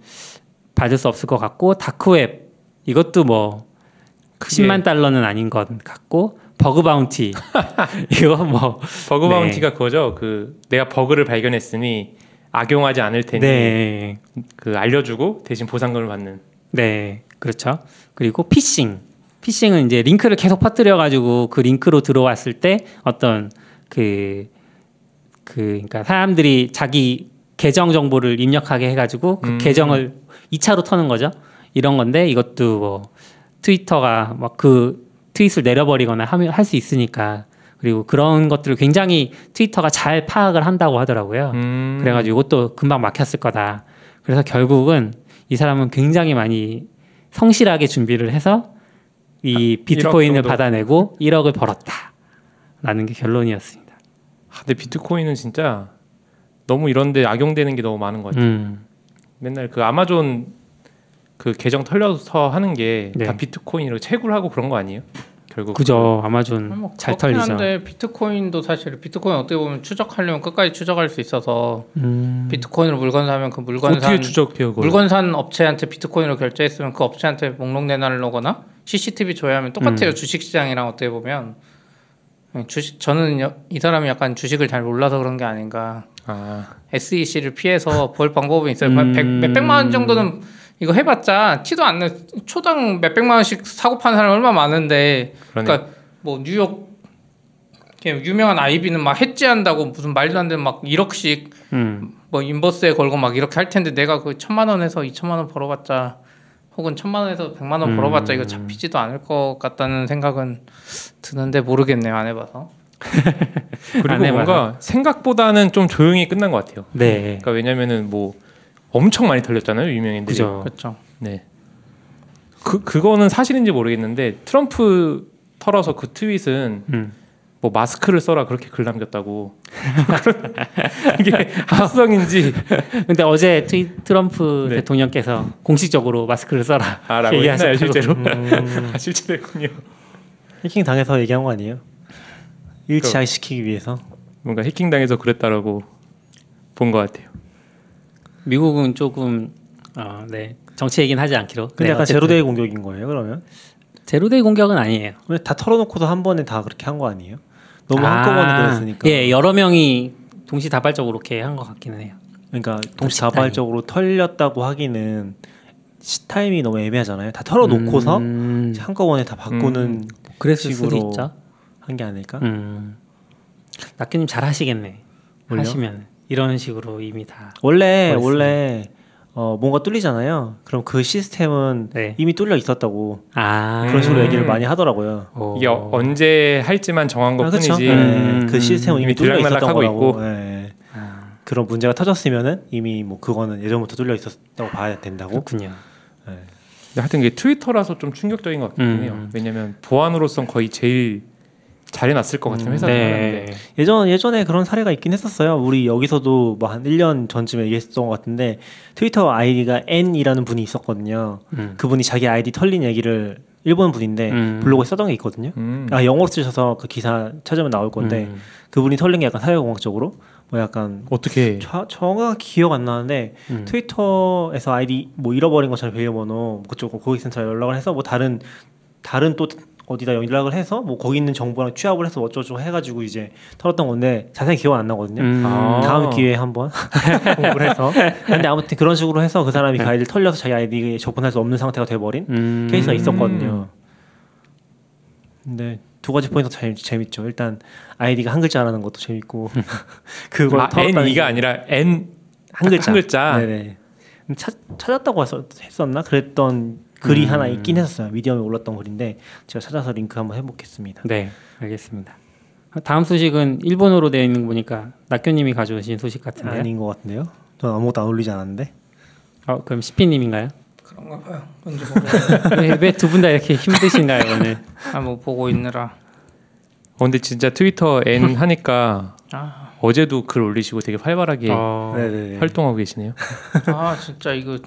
S2: 받을 수 없을 것 같고 다크웹 이것도 뭐 10만 달러는 아닌 것 같고 버그
S4: <laughs>
S2: 바운티 이거 뭐
S4: 버그
S2: 네.
S4: 바운티가 그거죠. 그 내가 버그를 발견했으니 악용하지 않을 테니
S2: 네,
S4: 그 알려주고 대신 보상금을 받는.
S2: 네, 그렇죠. 그리고 피싱, 피싱은 이제 링크를 계속 퍼뜨려가지고 그 링크로 들어왔을 때 어떤 그 그 그러니까 사람들이 자기 계정 정보를 입력하게 해가지고 그
S4: 음.
S2: 계정을 2차로 터는 거죠. 이런 건데 이것도 뭐 트위터가 막 그 트윗을 내려버리거나 할 수 있으니까 그리고 그런 것들을 굉장히 트위터가 잘 파악을 한다고 하더라고요.
S4: 음.
S2: 그래가지고 이것도 금방 막혔을 거다. 그래서 결국은 이 사람은 굉장히 많이 성실하게 준비를 해서 이 비트코인을
S4: 아, 정도.
S2: 받아내고 1억을 벌었다. 라는 게 결론이었습니다.
S4: 아, 근데 비트코인은 진짜 너무 이런데 악용되는 게 너무 많은 것 같아요.
S2: 음,
S4: 맨날 그 아마존 그 계정 털려서 하는 게 다
S2: 네.
S4: 비트코인으로 채굴 하고 그런 거 아니에요?
S3: 뭐
S4: 결국.
S2: 그죠. 아마존
S5: 뭐
S2: 음. 잘
S5: 그렇긴
S2: 털리죠.
S5: 한데 비트코인도 사실 비트코인 어떻게 보면 추적하려면 끝까지 추적할 수 있어서
S2: 음.
S5: 비트코인으로 물건 사면 그 물건
S4: 어떻게
S5: 산
S4: 추적해요? 그걸?
S5: 물건 산 업체한테 비트코인으로 결제했으면 그 업체한테 목록 내놔를 오거나 CCTV 조회하면 똑같아요
S4: 음.
S5: 주식시장이랑 어떻게 보면 주식 저는 여- 이 사람이 약간 주식을 잘 몰라서 그런 게 아닌가
S4: 아,
S5: SEC를 피해서 벌 방법은 있어요.
S2: 음.
S5: 백- 몇백만 원 정도는 이거 해봤자 티도 안 나. 초당 몇백만 원씩 사고 파는 사람 얼마 나 많은데.
S4: 그러네.
S5: 그러니까 뭐 뉴욕 이렇게 유명한 아이비는 막 해지한다고 무슨 말도 안 되는 막 1억씩
S2: 음,
S5: 뭐 인버스에 걸고 막 이렇게 할 텐데 내가 그 천만 원에서 이천만 원 벌어봤자 혹은 천만 원에서 백만 원
S2: 음.
S5: 벌어봤자 이거 잡히지도 않을 것 같다는 생각은 드는데 모르겠네요 안 해봐서.
S4: 그리고
S2: 안 해봐요.
S4: 뭔가 생각보다는 좀 조용히 끝난 것 같아요.
S2: 네.
S4: 그러니까 왜냐면은 뭐 엄청 많이 털렸잖아요 유명인들이.
S3: <laughs>
S2: 그죠.
S5: 그렇죠.
S4: 네. 그 그거는 사실인지 모르겠는데 트럼프 털어서 그 트윗은
S2: 음.
S4: 뭐 마스크를 써라 그렇게 글 남겼다고 그런- 이게 합성인지
S2: <laughs> 근데 어제 트위, 트럼프
S4: 네.
S2: 대통령께서 공식적으로 마스크를 써라. <laughs>
S4: 아라고
S2: 얘기하셨다고.
S4: 했나요 실제로? <laughs> 아, 실제로군요.
S3: 해킹 당해서 얘기한 거 아니에요? 일치시키기 위해서.
S4: 뭔가 해킹 당해서 그랬다라고 본 것 같아요.
S2: 미국은 조금 어, 네. 정치 얘기는 하지 않기로.
S3: 근데
S2: 네,
S3: 약간
S2: 어쨌든.
S3: 제로데이 공격인 거예요, 그러면?
S2: 제로데이 공격은 아니에요.
S3: 근데 다 털어놓고서 한 번에 다 그렇게 한 거 아니에요? 너무
S2: 아,
S3: 한꺼번에 그랬으니까.
S2: 예, 여러 명이 동시다발적으로 이렇게 한 것 같기는 해요.
S3: 그러니까 동시다발적으로 털렸다고 하기는 시 타임이 너무 애매하잖아요. 다 털어놓고서
S2: 음, 뭐
S3: 한꺼번에 다 바꾸는
S2: 그랬을 수도
S3: 식으로
S2: 있죠.
S3: 한 게 아닐까?
S2: 음, 낙규님 잘 하시겠네.
S3: 뭘요?
S2: 하시면 이런 식으로 이미 다.
S3: 원래
S2: 그랬어요.
S3: 원래 어, 뭔가 뚫리잖아요. 그럼 그 시스템은
S2: 네.
S3: 이미 뚫려 있었다고
S2: 아
S3: 그런 식으로
S4: 음.
S3: 얘기를 많이 하더라고요.
S2: 오.
S4: 이게 어- 언제 할지만 정한 것
S3: 아, 그쵸?
S4: 뿐이지.
S3: 네,
S2: 음.
S3: 그 시스템은 이미
S4: 이미
S3: 뚫려 있었던
S4: 들락날락하고
S3: 거라고.
S4: 있고.
S3: 네. 그런 문제가 터졌으면은 이미 뭐 그거는 예전부터 뚫려 있었다고 봐야 된다고. 예.
S2: 그렇군요.
S4: 근데 하여튼 이게 트위터라서 좀 충격적인 것 같긴
S2: 음.
S4: 해요. 왜냐면 보안으로선 거의 제일 잘해놨을 것 같은
S3: 음,
S4: 회사긴
S2: 네.
S4: 한데.
S3: 예전 예전에 그런 사례가 있긴 했었어요. 우리 여기서도 뭐 한 1년 전쯤에 얘기했던 것 같은데 트위터 아이디가 N이라는 분이 있었거든요.
S2: 음.
S3: 그분이 자기 아이디 털린 얘기를 일본 분인데
S2: 음.
S3: 블로그에 썼던 게 있거든요.
S4: 음.
S3: 아 영어로 쓰셔서 그 기사 찾으면 나올 건데
S2: 음.
S3: 그분이 털린 게 약간 사회공학적으로 뭐 약간
S2: 네.
S4: 어떻게?
S3: 저, 정확히 기억 안 나는데
S2: 음.
S3: 트위터에서 아이디 뭐 잃어버린 것처럼 비밀번호 뭐 그쪽 고객센터에 연락을 해서 뭐 다른 다른 또 어디다 연락을 해서 뭐 거기 있는 정보랑 취합을 해서 어쩌고저쩌고 해가지고 이제 털었던 건데 자세히 기억 안 나거든요.
S2: 음.
S4: 아.
S3: 다음 기회에 한번 <laughs> 공부를 해서 근데 아무튼 그런 식으로 해서 그
S4: 네.
S3: 사람이 그 아이디를 털려서 자기 아이디에 접근할 수 없는 상태가 돼버린
S2: 음.
S3: 케이스가 있었거든요. 근데 두 가지 포인트 재, 재밌죠. 일단 아이디가 한 글자라는 것도 재밌고 <laughs> 그걸
S4: 음. 아,
S3: 털었다는
S4: N
S3: 게-
S4: 이가 아니라 N
S3: 한 글자.
S4: 한 글자.
S3: 네네. 찾, 찾았다고 했었, 했었나? 그랬던 글이 하나 있긴 했었어요. 미디엄에 올랐던 글인데 제가 찾아서 링크 한번 해보겠습니다.
S2: 네, 알겠습니다. 다음 소식은 일본어로 되어 있는 거 보니까 낙규님이
S3: 네.
S2: 가져오신 소식 같은데요.
S3: 아닌 것 같은데요? 전 아무것도 안 올리지 않았는데.
S2: 어, 그럼 시피님인가요?
S5: 그런가 봐요. 언제
S2: <laughs> 왜 두 분 다 이렇게 힘드신가요 오늘?
S5: 아뭐 보고 있느라.
S4: 어, 근데 진짜 트위터
S3: <laughs>
S4: N 하니까
S5: 아,
S4: 어제도 글 올리시고 되게 활발하게
S2: 어,
S3: 아, 네네네.
S4: 활동하고 계시네요.
S5: 아 진짜 이거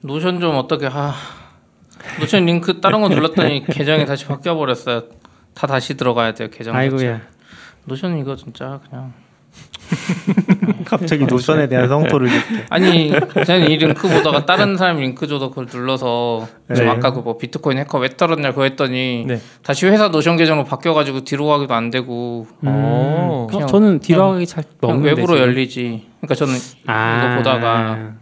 S5: 노션 좀 어떻게 하. 노션 링크 다른
S2: <laughs>
S5: 거 눌렀더니 계정이 다시 바뀌어 버렸어요. 다 다시 들어가야 돼요 그 계정. 자체.
S2: 아이고야.
S5: 노션 이거 진짜 그냥.
S3: 갑자기 <laughs> 노션에 대한 <laughs> 성토를 이렇게.
S5: 아니 저는 이 링크 보다가 다른 사람 링크 줘도 그걸 눌러서 지금
S3: 네.
S5: 아까 그 뭐 비트코인 해커 왜 떨었냐 그거 했더니
S4: 네.
S5: 다시 회사 노션 계정으로 바뀌어가지고 뒤로 가기도 안 되고
S3: 음.
S4: 어.
S2: 어, 저는 뒤로 가기 잘
S5: 그냥
S2: 너무
S5: 뭐 외부로 열리지. 그러니까 저는
S2: 아,
S5: 이거 보다가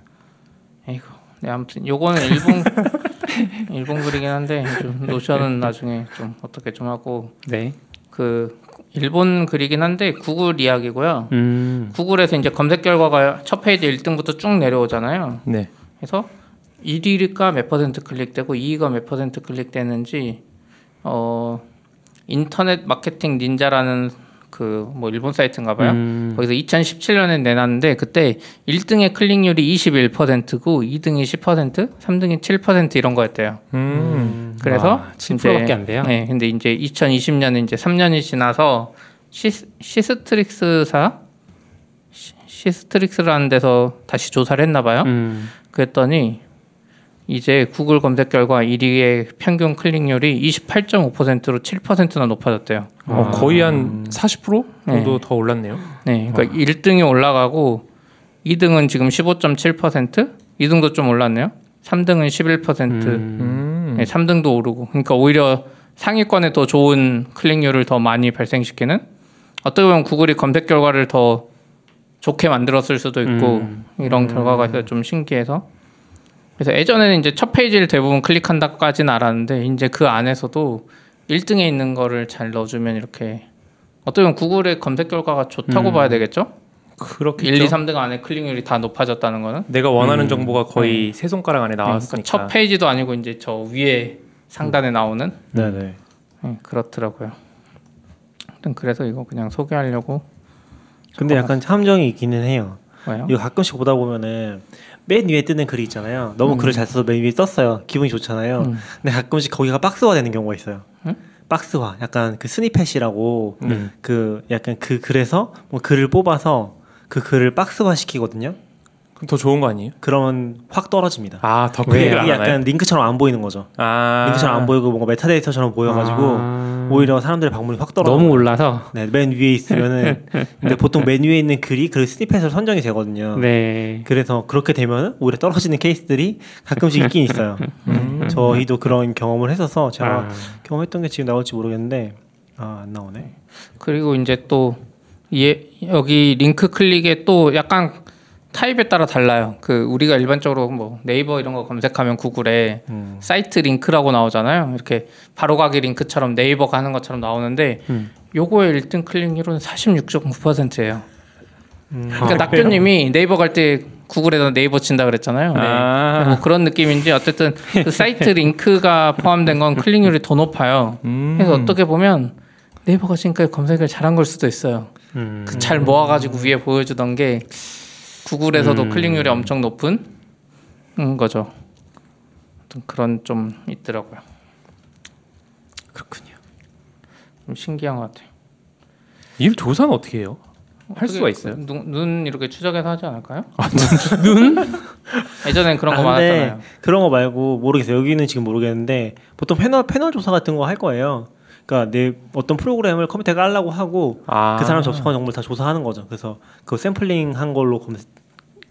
S5: 에이구. 네 아무튼 요거는 일본 <laughs> 일본 글이긴 한데 좀 노션은 나중에 좀 어떻게 좀 하고
S2: 네.
S5: 그 일본 글이긴 한데 구글 이야기고요.
S2: 음.
S5: 구글에서 이제 검색 결과가 첫 페이지 1등부터 쭉 내려오잖아요.
S4: 네.
S5: 그래서 1위가 몇 퍼센트 클릭되고 2위가 몇 퍼센트 클릭되는지 어 인터넷 마케팅 닌자라는 그 뭐 일본 사이트인가 봐요. 거기서 2017년에 내놨는데 그때 1등의 클릭률이 21%고 2등이 10%, 3등이 7% 이런 거였대요.
S4: 음.
S5: 그래서
S2: 아, 7%밖에
S5: 이제-
S2: 안 돼요?
S5: 네, 근데 이제 2020년에 이제 3년이 지나서 시, 시스트릭스사 시, 시스트릭스라는 데서 다시 조사를 했나 봐요.
S2: 음.
S5: 그랬더니 이제 구글 검색 결과 1위의 평균 클릭률이 28.5%로 7%나 높아졌대요.
S4: 어, 거의 한
S3: 음.
S4: 40% 정도 더 올랐네요.
S5: 네, 그러니까 1등이 올라가고 2등은 지금 15.7%, 2등도 좀 올랐네요. 3등은 11%,
S4: 음.
S5: 네, 3등도 오르고. 그러니까 오히려 상위권에 더 좋은 클릭률을 더 많이 발생시키는 어떻게 보면 구글이 검색 결과를 더 좋게 만들었을 수도 있고 이런 결과가 있어서 좀 신기해서 그래서 예전에는 이제 첫 페이지를 대부분 클릭한다까지는 알았는데 이제 그 안에서도 1등에 있는 거를 잘 넣어주면 이렇게 어떻게 보면 구글의 검색 결과가 좋다고 봐야 되겠죠?
S4: 음. 그렇게
S5: 1, 2, 3등 안에 클릭률이 다 높아졌다는 거는
S4: 내가 원하는
S3: 음.
S4: 정보가
S3: 네.
S4: 거의 세 손가락 안에
S5: 그러니까
S4: 나왔으니까.
S5: 첫 페이지도 아니고 이제 저 위에 상단에 나오는
S3: 네네.
S5: 예, 그렇더라고요. 하여튼 그래서 이거 그냥 소개하려고
S3: 근데 약간 함정이 있기는 해요.
S5: 와요.
S3: 이거 가끔씩 보다 보면은 맨 위에 뜨는 글이 있잖아요. 너무
S4: 음.
S3: 글을 잘 써서 맨 위에 썼어요. 기분이 좋잖아요. 근데 가끔씩 거기가 박스화 되는 경우가 있어요. 박스화, 약간 그 스니펫이라고
S4: 네.
S3: 그 약간 그 글에서 뭐 글을 뽑아서 그 글을 박스화 시키거든요.
S4: 그럼 더 좋은 거 아니에요?
S3: 그러면 확 떨어집니다.
S4: 아, 더
S3: 왜?
S4: 크게 안
S3: 이게 약간
S4: 하나요?
S3: 링크처럼 안 보이는 거죠.
S4: 아.
S3: 링크처럼 안 보이고 뭔가 메타데이터처럼 보여가지고
S2: 아.
S3: 오히려 사람들의 방문이 확 떨어져.
S2: 너무 올라서
S3: 네, 맨 위에
S4: <laughs>
S3: 있으면은 근데 보통 맨 위에 있는 글이 그 스니펫으로 선정이 되거든요.
S2: 네.
S3: 그래서 그렇게 되면 오히려 떨어지는 케이스들이 가끔씩 있긴
S5: <laughs>
S3: 있어요.
S5: 음.
S3: 음, 저희도 그런 경험을 했어서 제가
S2: 아.
S3: 경험했던 게 지금 나올지 모르겠는데 아, 안 나오네.
S5: 그리고 이제 또 예, 여기 링크 클릭에 또 약간 타입에 따라 달라요. 그 우리가 일반적으로 뭐 네이버 이런 거 검색하면 구글에 사이트 링크라고 나오잖아요. 이렇게 바로가기 링크처럼 네이버 가는 것처럼 나오는데 요거의 1등 클릭률은 46.9%예요. 그러니까 낙교님이 네이버 갈 때 구글에다 네이버 친다 그랬잖아요. 네.
S4: 아.
S5: 뭐 그런 느낌인지 어쨌든 그 사이트 <laughs> 링크가 포함된 건 클릭률이 더 높아요. 그래서 어떻게 보면 네이버가 지금까지 검색을 잘한 걸 수도 있어요. 그잘 모아가지고 위에 보여주던 게 구글에서도 클릭률이 엄청 높은 음, 거죠. 아무튼 그런 좀 있더라고요.
S2: 그렇군요.
S5: 좀 신기한 것 같아요.
S4: 이 조사는 어떻게 해요? 할 수가
S5: 어떻게
S4: 있어요?
S5: 눈, 눈 이렇게 추적해서 하지 않을까요? 눈? <laughs> 예전엔 그런 거
S3: 아, 근데
S5: 많았잖아요.
S3: 그런 거 말고 모르겠어요. 여기는 지금 모르겠는데 보통 패널 패널 조사 같은 거 할 거예요. 그러니까 내 어떤 프로그램을 컴퓨터에 깔라고 하고
S4: 아.
S3: 그 사람 접속한 정보를 다 조사하는 거죠. 그래서 그 샘플링 한 걸로 검색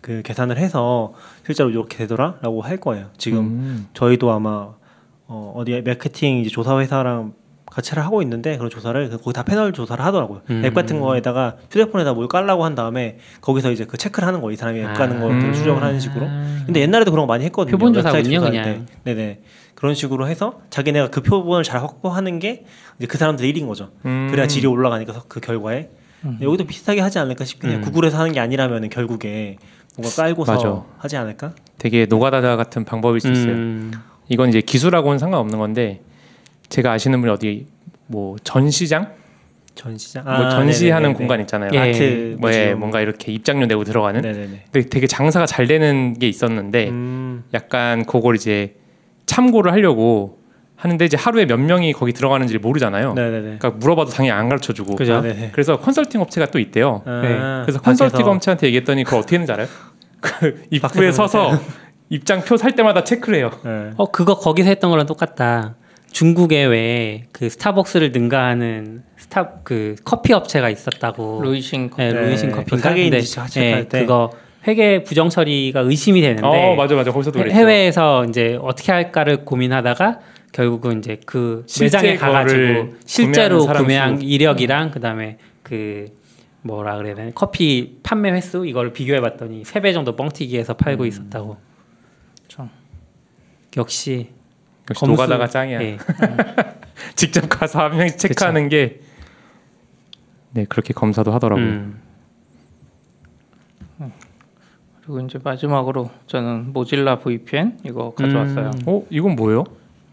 S3: 그 계산을 해서 실제로 이렇게 되더라라고 할 거예요. 지금
S4: 음.
S3: 저희도 아마 어, 어디 마케팅 이제 조사 회사랑 같이를 하고 있는데 그런 조사를 거기 다 패널 조사를 하더라고요.
S2: 음.
S3: 앱 같은 거에다가 휴대폰에다 뭘 깔라고 한 다음에 거기서 이제 그 체크를 하는 거예요. 이 사람이 앱 까는 것들 추적을 하는 식으로. 근데 옛날에도 그런 거 많이 했거든요.
S2: 아. 음. 표본
S3: 웹사이트
S2: 조사군요,
S3: 조사할
S2: 그냥.
S3: 때. 네네 그런 식으로 해서 자기네가 그 표본을 잘 확보하는 게 이제 그 사람들의 일인 거죠.
S2: 음.
S3: 그래야 질이 올라가니까 그 결과에 근데 여기도 비슷하게 하지 않을까 싶긴 해요.
S2: 음.
S3: 구글에서 하는 게 아니라면 결국에 뭔가 깔고서
S4: 맞아.
S3: 하지 않을까?
S4: 되게 노가다다 같은 방법일 수 있어요.
S2: 음.
S4: 이건 이제 기술하고는 상관없는 건데 제가 아시는 분이 어디 뭐 전시장
S3: 전시장.
S4: 뭐 전시하는
S3: 네네네네.
S4: 공간 있잖아요.
S2: 예.
S3: 아트
S4: 뭐 예,
S3: 뮤지엄.
S4: 뭔가 이렇게 입장료 내고 들어가는.
S3: 네네네.
S4: 근데 되게 장사가 잘 되는 게 있었는데
S3: 음,
S4: 약간 그걸 이제 참고를 하려고 하는데 이제 하루에 몇 명이 거기 들어가는지를 모르잖아요.
S3: 네네네.
S4: 그러니까 물어봐도 당연히 안 가르쳐 주고.
S2: 그죠.
S3: 아, 네네.
S4: 그래서 컨설팅 업체가 또 있대요.
S3: 아,
S2: 네.
S3: 밖에서.
S4: 그래서 컨설팅 업체한테 얘기했더니 그걸 어떻게
S3: <laughs>
S4: 했는지 알아요? 그 입구에
S3: 밖에서
S4: 서서 입장표 살 때마다 체크를 해요.
S3: 네.
S2: 어 그거 거기서 했던 거랑 똑같다. 중국에 왜 그 스타벅스를 능가하는 스타 그 커피 업체가 있었다고.
S5: 루이싱
S2: 네,
S3: 네,
S2: 루이신
S3: 그
S2: 커피인가?
S3: 가게인
S2: 근데,
S3: 지적할
S2: 예,
S3: 때.
S2: 그거 회계 부정 처리가 의심이
S3: 네.
S2: 되는데
S4: 어 맞아 맞아 거기서도
S2: 해-
S4: 그랬죠.
S2: 해외에서 이제 어떻게 할까를 고민하다가 결국은 이제 그
S4: 실제
S2: 매장에
S4: 거를
S2: 가가지고 실제로
S4: 구매하는 사람
S2: 구매한 이력이랑 그다음에 그 뭐라 그래야 되나 커피 판매 횟수 이걸 비교해봤더니 세 배 정도 뻥튀기해서 팔고
S4: 음.
S2: 있었다고.
S5: 참.
S2: 역시
S4: 역시
S2: 검수-
S4: 노가다가 짱이야.
S2: 예.
S4: <laughs> 직접 가서 한 명씩 체크하는 게. 네 그렇게 검사도 하더라고요.
S2: 음.
S5: 그리고 이제 마지막으로 저는 모질라 VPN 이거 가져왔어요.
S4: 어 이건 뭐예요?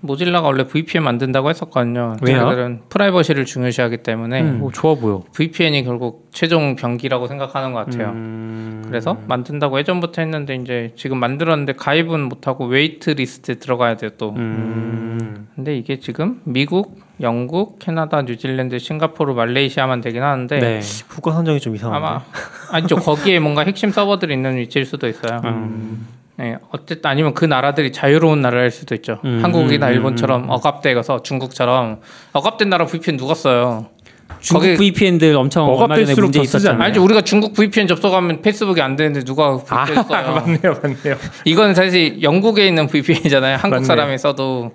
S5: 모질라가 원래 VPN 만든다고 했었거든요.
S2: 왜요? 음.
S5: 자기들은 프라이버시를 중요시하기 때문에 뭐
S4: 오 어, 좋아 보여.
S5: VPN이 결국 최종 병기라고 생각하는 것 같아요.
S2: 음.
S5: 그래서 만든다고 예전부터 했는데 이제 지금 만들었는데 가입은 못하고 웨이트 리스트 들어가야 돼요 또.
S2: 음.
S5: 근데 이게 지금 미국, 영국, 캐나다, 뉴질랜드, 싱가포르, 말레이시아만 되긴 하는데
S2: 네.
S3: 국가 선정이 좀 이상한데.
S5: 아마 아니죠 거기에 뭔가 핵심 서버들이 있는 위치일 수도 있어요. 네, 어쨌든 아니면 그 나라들이 자유로운 나라일 수도 있죠.
S2: 음,
S5: 한국이나
S2: 음,
S5: 일본처럼 억압돼서 중국처럼 억압된 나라 VPN 누가 써요?
S2: 중국
S5: 거기-
S2: VPN들 엄청 얼마 전에
S4: 억압될수록
S2: 문제
S4: 더 쓰지
S2: 있었잖아요.
S4: 않나요?
S5: 아니죠 우리가 중국 VPN 접속하면 페이스북이 안 되는데 누가 VPN 써요?
S4: <laughs> 맞네요 맞네요.
S5: 이건 사실 영국에 있는 VPN이잖아요. 한국
S4: 맞네.
S5: 사람이 써도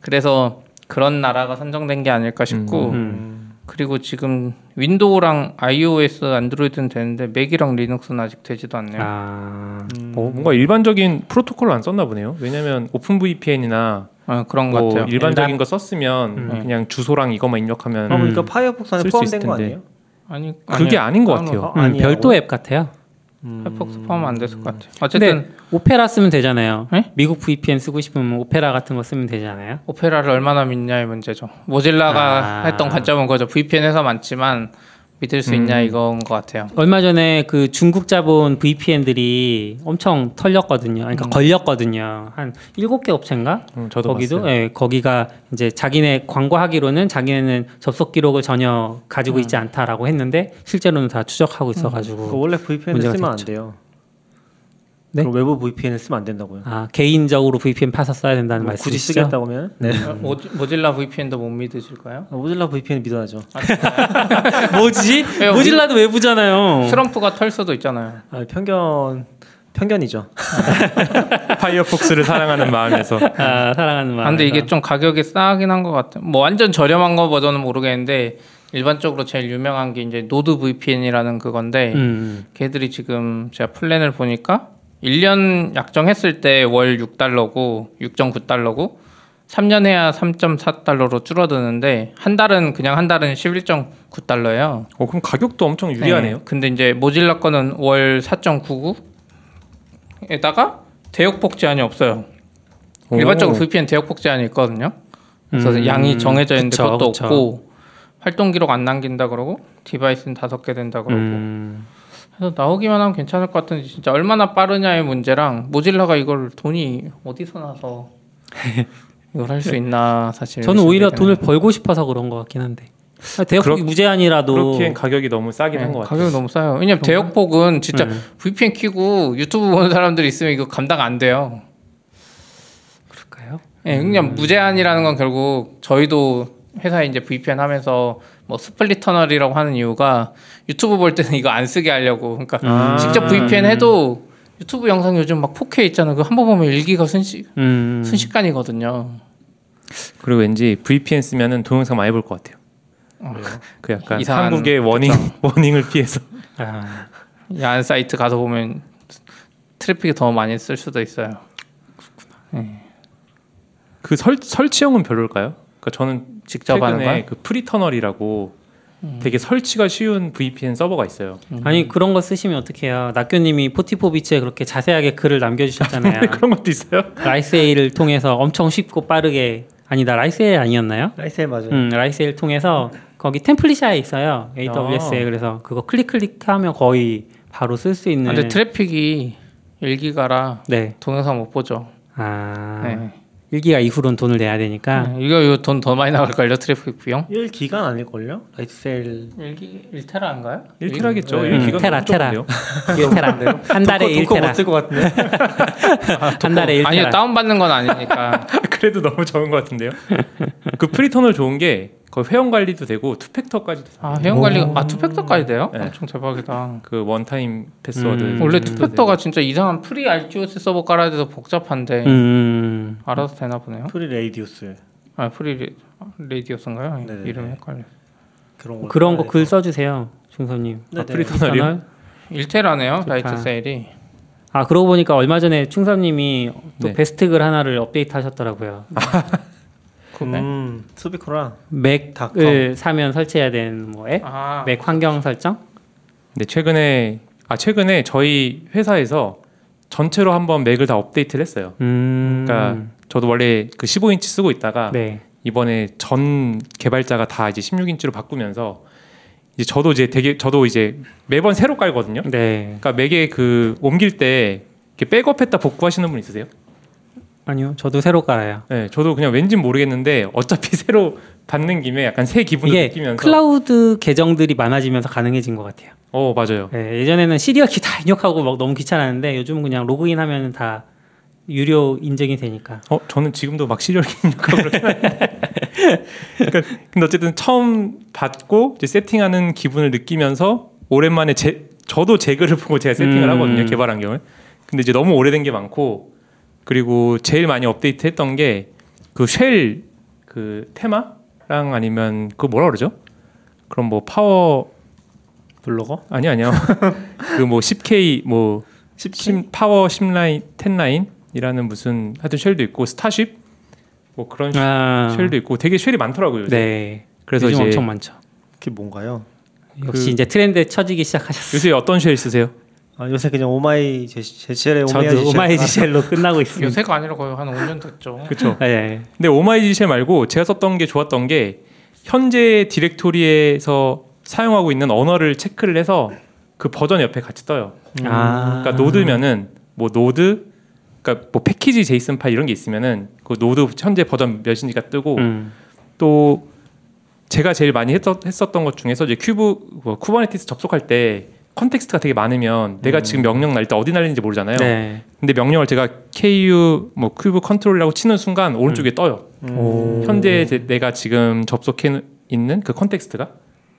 S5: 그래서 그런 나라가 선정된 게
S2: 음.
S5: 아닐까 싶고
S4: 음.
S5: 그리고 지금 윈도우랑 iOS, 안드로이드는 되는데 맥이랑 리눅스는 아직 되지도 않네요.
S2: 아,
S5: 음.
S4: 어, 뭔가 일반적인 프로토콜을 안 썼나 보네요. 왜냐면 오픈 VPN이나
S5: 어, 그런 것
S4: 뭐
S5: 같아요. 음.
S4: 일반적인 거 썼으면 그냥 주소랑 이것만 입력하면
S3: 아, 그러니까 파이어폭스 안에
S4: 쓸수
S3: 포함된 거
S4: 있을 텐데.
S3: 아니에요?
S5: 아니
S4: 그게
S5: 음. 아니요.
S4: 아닌 것 같아요. <laughs>
S3: 어,
S2: 음,
S3: 아니에요.
S2: 별도 앱 같아요.
S5: 음. 파이폭스 포함 안 됐을 것 같아요. 어쨌든
S2: 오페라 쓰면 되잖아요.
S5: 네?
S2: 미국 VPN 쓰고 싶으면 오페라 같은 거 쓰면 되잖아요.
S5: 오페라를 얼마나 믿냐의 문제죠.
S2: 아.
S5: 모질라가 했던 관점은 그거죠. VPN 회사 많지만 믿을 수 있냐 이건 것 같아요.
S2: 얼마 전에 그 중국 자본 VPN들이 엄청 털렸거든요. 그러니까 걸렸거든요. 한 일곱 개 업체인가?
S4: 음, 저도
S2: 거기도
S4: 봤어요.
S2: 예, 거기가 이제 자기네 광고하기로는 자기네는 접속 기록을 전혀 가지고 있지 않다라고 했는데 실제로는 다 추적하고 있어
S3: 그거
S2: 가지고
S3: 원래 VPN을
S2: 문제가
S3: 쓰면 안 돼요.
S2: 네?
S3: 그럼 외부 VPN을 쓰면 안 된다고요.
S2: 아, 개인적으로 VPN 파서 써야 된다는
S3: 뭐 굳이
S2: 말씀이시죠?
S3: 쓰겠다고 하면 네.
S5: 어, 모지- 모질라 VPN도 못 믿으실까요?
S3: 아, 모질라 VPN 믿어야죠.
S2: 뭐지?
S5: 왜요?
S2: 모질라도
S5: 어.
S2: 외부잖아요.
S5: 트럼프가 털 수도 있잖아요.
S3: 아, 편견 편견이죠.
S4: 파이어폭스를 사랑하는 마음에서
S2: 아, 사랑하는
S5: 아,
S2: 마음.
S5: 근데 이게 좀 가격이 싸긴 한 것 같아요. 뭐 완전 저렴한 거 버전은 모르겠는데 일반적으로 제일 유명한 게 이제 노드 VPN이라는 그건데
S2: 음.
S5: 걔들이 지금 제가 플랜을 보니까 1년 약정했을 때 월 6달러고 6.9달러고 3년 해야 3.4달러로 줄어드는데 한 달은 그냥 한 달은 11.9달러예요.
S4: 어, 그럼 가격도 엄청 유리하네요.
S5: 근데 이제 모질라 거는 월 4.99에다가 대역폭 제한이 없어요. 일반적으로
S4: 오.
S5: VPN 대역폭 제한이 있거든요. 그래서
S2: 음,
S5: 양이 정해져 있는데
S2: 그쵸,
S5: 그것도
S2: 그쵸.
S5: 없고 활동 기록 안 남긴다 그러고 디바이스는 다섯 개 된다 그러고
S2: 음.
S5: 그래서 나오기만 하면 괜찮을 것 같은데 진짜 얼마나 빠르냐의 문제랑 모질라가 이걸 돈이 어디서 나서 이걸 할 수 있나 사실
S2: 저는 오히려
S5: 의심이 되네요.
S2: 돈을 벌고 싶어서 그런 것 같긴 한데 아, 대역폭이
S4: 그렇-
S2: 무제한이라도
S4: 그렇기엔 가격이 너무 싸긴
S5: 네,
S4: 한 것 같아요.
S5: 가격이 너무 싸요. 왜냐면 대역폭은 진짜 VPN 키고 유튜브 보는 사람들이 있으면 이거 감당 안 돼요.
S2: 그럴까요?
S5: 예, 그냥 무제한이라는 건 결국 저희도 회사에 이제 VPN 하면서 뭐 스플릿 터널이라고 하는 이유가 유튜브 볼 때는 이거 안 쓰게 하려고. 그러니까
S4: 아.
S5: 직접 VPN 해도 유튜브 영상 요즘 막 4K 있잖아요. 그거 한 번 보면 1기가 순식
S2: 음.
S5: 순식간이거든요.
S4: 그리고 왠지 VPN 쓰면은 동영상 많이 볼 것 같아요. 그 약간
S5: 이상한-
S4: 한국의 워닝 <laughs> 워닝을 피해서
S2: 아,
S5: 야한 사이트 가서 보면 트래픽이 더 많이 쓸 수도 있어요. 아,
S4: 그 설, 설치형은 별로일까요? 그러니까 저는
S5: 직접 하는
S4: 최근에
S5: 거야?
S4: 그 프리터널이라고
S2: 음.
S4: 되게 설치가 쉬운 VPN 서버가 <laughs> 있어요.
S2: 아니 그런 거 쓰시면 어떡해요 낙교님이 포티포비치에 그렇게 자세하게 글을 <laughs> 남겨주셨잖아요
S4: 그런 것도 있어요?
S2: 라이세이를 통해서 엄청 쉽고 빠르게 아니다 라이세이 아니었나요? 네.
S3: 라이셀 맞아요.
S2: 음, 라이세이를 통해서 거기 템플릿이 있어요. AWS에 그래서 그거 클릭 클릭하면 거의 바로 쓸 수
S4: 아,
S2: 있는.
S5: 근데 트래픽이 1기가라
S2: 네.
S5: 동영상 못 보죠.
S2: 아
S5: 네.
S2: 1기가 이후로는 돈을 내야 되니까
S5: 네, 이거 이거 돈 더 많이 나갈걸요 트래픽 비용?
S3: 1기간 아닐걸요? 라이트셀
S5: 1기 1테라인가요?
S4: 1테라겠죠.
S2: 음, 테라, 테라. 1테라 한 달에 1테라
S3: 못쓸것 같은데.
S2: <laughs> 한 달에 1테라
S5: 아니요 다운 받는 건 아니니까.
S4: <laughs> 그래도 너무 적은 것 <laughs> 같은데요. 그 프리터널 좋은 게 거의 회원 관리도 되고 투팩터까지도
S5: 아 회원 관리가 아 투팩터까지 돼요? 엄청 대박이다.
S4: 그 원타임 패스워드
S2: 음.
S5: 원래
S4: 정도
S5: 투팩터가 진짜 이상한 프리 RTOS 서버 깔아야 돼서 복잡한데
S2: 음,
S5: 알아서 되나 보네요.
S3: 프리 레이디우스
S5: 아 프리 레- 레디오스인가요?
S3: 네네네.
S5: 이름 헷갈려.
S3: 그런 거.
S2: 그런 거 글 써주세요 중선님
S4: 되고.
S3: 네,
S4: 아,
S3: 네.
S4: 프리터널이요?
S5: 일테라네요
S2: 좋다.
S5: 라이트 세일이.
S2: 아 그러고 보니까 얼마 전에 충선님이 또
S4: 네.
S2: 베스트 글 하나를 업데이트 하셨더라고요
S3: 음, 수비코라.
S2: 맥을 사면 설치해야 되는 뭐 앱?
S5: 아
S2: 맥 환경 설정?
S4: 근데 최근에 아 최근에 저희 회사에서 전체로 한번 맥을 다 업데이트를 했어요.
S2: 음,
S4: 그러니까 저도 원래 그 15인치 쓰고 있다가
S2: 네
S4: 이번에 전 개발자가 다 이제 16인치로 바꾸면서 이제 저도 이제 되게 저도 이제 매번 새로 깔거든요.
S2: 네.
S4: 그러니까 맥에 그 옮길 때 이렇게 백업했다 복구하시는 분 있으세요?
S2: 아니요 저도 새로 깔아요
S4: 네, 저도 그냥 왠지 모르겠는데 어차피 <laughs> 새로 받는 김에 약간 새 기분도
S2: 이게
S4: 느끼면서
S2: 클라우드 계정들이 많아지면서 가능해진 것 같아요
S4: 어 맞아요.
S2: 예, 예전에는 시리얼 키 다 입력하고 막 너무 귀찮았는데 요즘은 그냥 로그인 하면 다 유료 인증이 되니까.
S4: 어 저는 지금도 막 시리얼 입력하고 그렇긴 한데 그러니까 근데 어쨌든 처음 받고 이제 세팅하는 기분을 느끼면서 오랜만에 제 저도 제 글을 보고 제가 세팅을
S2: 음.
S4: 하거든요 개발 환경을 근데 이제 너무 오래된 게 많고 그리고 제일 많이 업데이트했던 게 그 쉘 그 테마랑 아니면 그 뭐라 그러죠 그럼 뭐 파워
S3: 블로거?
S4: 아니 아니요 <laughs> 그 뭐 10K 뭐 10, 파워 10라인 10라인이라는 무슨 하여튼 쉘도 있고 스타쉽 뭐 그런
S2: 아,
S4: 쉘도 있고 되게 쉘이 많더라고요. 요새.
S2: 네.
S4: 그래서
S2: 요즘
S4: 이제
S2: 엄청 많죠.
S3: 그게 뭔가요?
S2: 역시
S4: 그
S2: 이제 트렌드에 처지기 시작하셨어요.
S4: 요새 어떤 쉘 쓰세요?
S3: 아, 요새 그냥 오마이 제시엘의 오마이
S2: 저도 오마이
S3: 제시엘.
S4: <laughs>
S2: 지셀로 끝나고 있습니다.
S5: 요새가 아니라 거의 한 5년 됐죠.
S4: 그러니까. 그렇죠.
S2: 예.
S4: 근데 오마이지 쉘 말고 제가 썼던 게 좋았던 게 현재 디렉토리에서 사용하고 있는 언어를 체크를 해서 그 버전 옆에 같이 떠요.
S2: 아.
S4: 그러니까 노드면은 뭐 노드 그러니까 뭐 패키지 제이슨 파일 이런 게 있으면은 그 노드 현재 버전 몇인지가 뜨고
S2: 음.
S4: 또 제가 제일 많이 했었, 했었던 것 중에서 이제 큐브 뭐, 쿠버네티스 접속할 때 컨텍스트가 되게 많으면 내가 지금 명령 날 때 어디 날리는지 모르잖아요.
S2: 음. 네.
S4: 근데 명령을 제가 KU 뭐 큐브 컨트롤이라고 치는 순간
S2: 음.
S4: 오른쪽에 떠요. 현재 제- 내가 지금 접속해 있는 그 컨텍스트가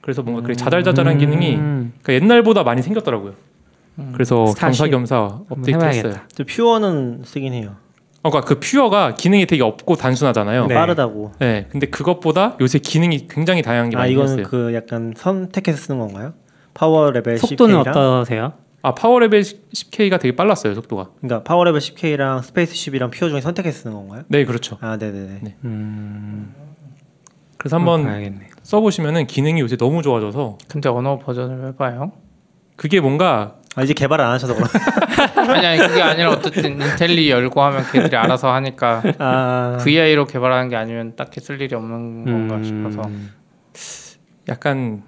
S4: 그래서 뭔가 그 자잘자잘한 기능이
S2: 음.
S4: 그러니까 옛날보다 많이 생겼더라고요. 그래서
S2: 스타쉽.
S4: 겸사겸사 업데이트했어요.
S2: 해봐야겠다.
S3: 저 퓨어는 쓰긴 해요.
S4: 어, 그러니까 그 퓨어가 기능이 되게 없고 단순하잖아요.
S2: 네.
S4: 네.
S3: 빠르다고.
S4: 근데 그것보다 요새 기능이 굉장히 다양한 게
S3: 아
S4: 네. 많이
S3: 이거는
S4: 생겼어요.
S3: 그 약간 선택해서 쓰는 건가요? 파워 레벨
S2: 속도는
S3: 10K랑
S2: 어떠세요?
S4: 아 파워레벨 10K가 되게 빨랐어요 속도가.
S3: 그러니까 파워 레벨 10K랑 스페이스 10이랑 퓨어 중에 선택해서 쓰는 건가요?
S4: 네 그렇죠.
S3: 아 네네네.
S4: 네. 그래서 한번
S2: 봐야겠네.
S4: 써보시면은 기능이 요새 너무 좋아져서
S5: 근데 언어 버전을 왜 봐요?
S4: 그게 뭔가
S3: 아 이제 개발 안 하셔서 그런.
S5: 아니 아니 그게 아니라 어쨌든 인텔리 열고 하면 걔들이 알아서 하니까
S3: 아
S4: 음.
S5: VI로 개발하는 게 아니면 딱히 쓸 일이 없는 건가
S2: 음.
S5: 싶어서
S4: 약간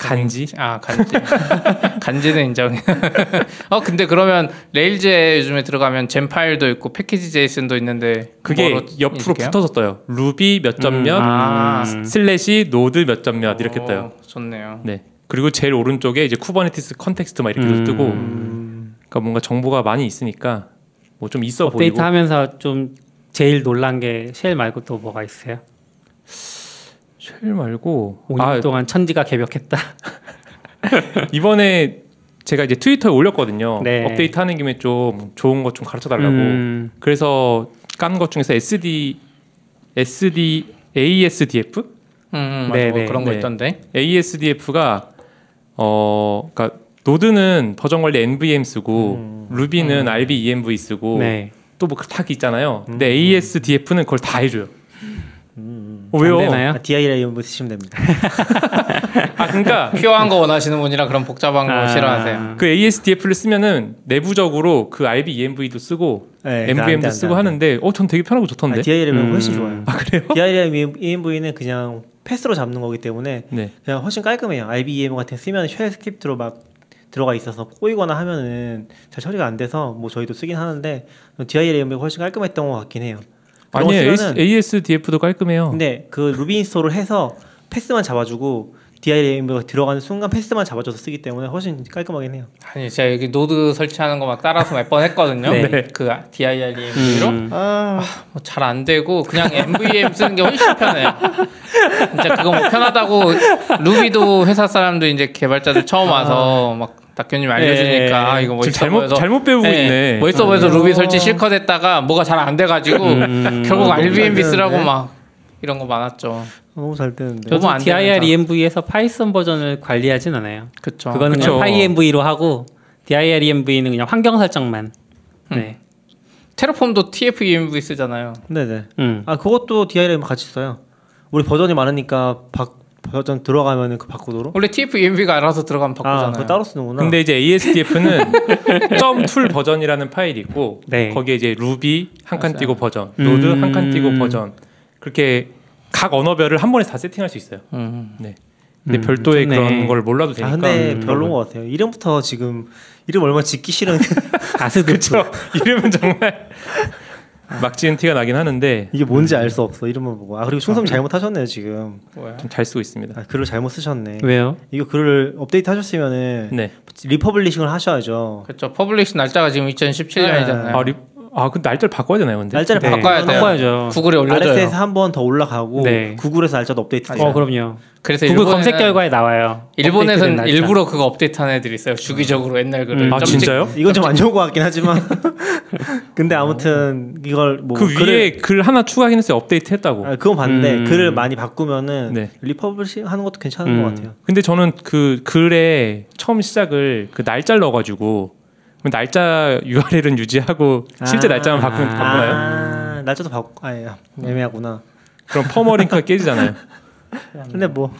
S4: 간지.
S5: 아 간지 <laughs> 간지는 인정. <laughs> 어 근데 그러면 레일즈에 요즘에 들어가면 젠 파일도 있고 패키지 제이슨도 있는데
S4: 그게
S5: 뭐로
S4: 옆으로
S5: 읽을게요?
S4: 붙어서 떠요. 음, 루비 몇
S2: 음.
S4: 점몇
S5: 아.
S4: 슬래시 노드 몇 점 몇 이렇게 떠요.
S5: 오, 어, 좋네요.
S4: 네. 그리고 제일 오른쪽에 이제 쿠버네티스 컨텍스트 막 이렇게
S2: 음.
S4: 도 뜨고, 그러니까 뭔가 정보가 많이 있으니까 뭐 좀 있어 보이고.
S2: 업데이트하면서 좀 제일 놀란 게 쉘 말고 또 뭐가 있어요?
S4: 쉘 말고
S2: 5년
S4: 아
S2: 동안 천지가 개벽했다.
S4: 이번에 제가 이제 트위터에 올렸거든요.
S2: 네.
S4: 업데이트하는 김에 좀 좋은 것 좀 가르쳐 달라고.
S2: 음.
S4: 그래서 깐 것 중에서 SD SD ASDF
S5: 음, 맞아.
S2: 네,
S5: 뭐
S2: 네,
S5: 그런 거
S4: 네.
S5: 있던데. <laughs>
S4: ASDF가 어 그러니까 노드는 버전 관리 NVM 쓰고
S3: 음.
S4: 루비는 RBEMV 쓰고
S2: 네.
S4: 또뭐탁 있잖아요. 근데
S3: 음.
S4: ASDF는 그걸 다 해줘요. 어, 왜요?
S2: 안 되나요?
S3: 아, DI라이브 쓰시면 됩니다.
S4: 아
S3: <laughs>
S4: 그러니까
S5: 퓨어한 거 원하시는 분이라 그런 복잡한 거
S2: 아.
S5: 싫어하세요.
S4: 그 ASDF를 쓰면은 내부적으로 그 RBEMV도 쓰고
S3: 네, 안 돼, 안 돼, 아,
S4: MVM도
S3: 안 돼,
S4: 쓰고
S3: 안 돼.
S4: 하는데 어 전 되게 편하고 좋던데.
S3: 아, DI라이브 훨씬 좋아요.
S4: 아 그래요?
S3: DI라이브 EMV는 그냥 패스로 잡는 거기 때문에
S4: 네.
S3: 그냥 훨씬 깔끔해요. IBM 같은 거 쓰면 쉘 스크립트로 막 들어가 있어서 꼬이거나 하면은 잘 처리가 안 돼서 뭐 저희도 쓰긴 하는데 DIRM이 훨씬 깔끔했던 것 같긴 해요. 그런
S4: 아니
S3: 시간은-
S4: ASDF도 깔끔해요.
S3: 근데 그 루비 인스톨을 해서 패스만 잡아주고 DIRM가 들어가는 순간 패스만 잡아줘서 쓰기 때문에 훨씬 깔끔하긴 해요.
S5: 아니 제가 여기 노드 설치하는 거막 따라서 몇 번 했거든요.
S4: <laughs> 네.
S5: 그 DIRM으로 아,
S2: 음.
S5: 뭐잘 안 되고 그냥 MVM 쓰는 게 훨씬 편해요. 진짜 그거 뭐 편하다고 루비도 회사 사람들 이제 개발자들 처음 와서 막 닥교님
S4: 예.
S5: 알려주니까 아, 이거
S4: 아. 지금
S5: 멋있어
S4: 잘못
S5: 보여서
S4: 잘못 배우고
S5: 예,
S4: 있네.
S5: 멋있어 보여서 루비 설치 실컷 했다가 뭐가 잘 안 돼가지고 결국
S4: 음.
S3: 어, 너무
S5: Airbnb
S3: 잘
S5: 쓰라고
S4: 네.
S3: 되는데.
S5: 막 이런 거 많았죠.
S3: 너무 잘 되는데.
S5: 너무 안
S2: 저도
S5: 되는
S2: DIR EMV에서 E 파이썬 버전을 관리하진 않아요.
S5: 그쵸.
S2: 그거는
S4: 그쵸.
S2: 그냥 PyEMV로 하고 DIR EMV는 E 그냥 환경 설정만.
S5: 음.
S2: 네.
S5: 테라폼도 TF-EMV 쓰잖아요.
S3: 네네.
S2: 음.
S3: 아 그것도 DIRM 같이 써요. 우리 버전이 많으니까 바, 버전 들어가면은 그 바꾸도록.
S5: 원래 TF-EMV가 알아서 들어가면
S3: 아, 그거
S5: 바꾸잖아요.
S3: 따로 쓰는구나.
S4: 근데 이제 ASDF는 .tool 버전이라는 파일이 있고
S2: 네.
S4: 거기에 이제 루비 한 칸
S5: 맞아요.
S4: 띄고 버전,
S2: 음.
S4: 노드 한 칸 띄고 버전 그렇게 각 언어별을 한 번에 다 세팅할 수 있어요.
S5: 음.
S4: 네. 근데
S2: 음,
S4: 별도의
S2: 좋네.
S4: 그런 걸 몰라도
S3: 아
S4: 되니까.
S3: 근데
S4: 음.
S3: 별로인 것 같아요. 이름부터 지금 이름 얼마나 짓기 싫은
S2: 아스드프.
S4: 그쵸. <laughs> 이름은 정말 막 지은 티가 나긴 하는데
S3: 이게 뭔지 알 수 없어 이름만 보고. 아 그리고 충성 잘못하셨네요 지금.
S5: 뭐야?
S4: 좀 잘 쓰고 있습니다.
S3: 아 글을 잘못 쓰셨네.
S2: 왜요?
S3: 이거 글을 업데이트 하셨으면은
S4: 네.
S3: 리퍼블리싱을 하셔야죠.
S5: 그렇죠. 퍼블리시 날짜가 지금
S3: 네,
S5: 2017년이잖아요.
S4: 아, 리... 아 근데 날짜를 바꿔야 되나요, 근데?
S3: 날짜를
S2: 네.
S5: 바꿔야 돼요.
S2: 바꿔야죠.
S5: 구글에 올려줘요.
S3: RSS 한 번 더 올라가고
S2: 네.
S3: 구글에서 날짜도 업데이트. 돼요.
S2: 어 그럼요.
S5: 그래서
S2: 구글
S5: 일본에는-
S2: 검색 결과에 나와요. 업데이트된
S5: 일본에서는
S2: 날짜.
S5: 일부러 그거 업데이트하는 애들이 있어요. 주기적으로 옛날 글을
S2: 음.
S4: 아
S5: 점찍-
S4: 진짜요?
S3: 이건 좀 안 좋은 것 같긴 하지만. 근데 아무튼 이걸 뭐
S4: 그
S3: 글을-
S4: 위에 글 하나 추가하긴 했어요. 업데이트했다고.
S3: 아, 그건 봤는데
S2: 음.
S3: 글을 많이 바꾸면은
S4: 네.
S3: 리퍼블리싱 하는 것도 괜찮은
S2: 음.
S3: 것 같아요.
S4: 근데 저는 그 글에 처음 시작을 그 날짜를 넣어가지고 그럼 날짜 URL은 유지하고 실제
S3: 아.
S4: 날짜만 바꾸면
S2: 아.
S4: 바꾸나요?
S3: 아, 날짜도 바꾸 아 예. 애매하구나.
S4: 그럼 퍼머링크가 깨지잖아요.
S5: 음.
S3: 근데 뭐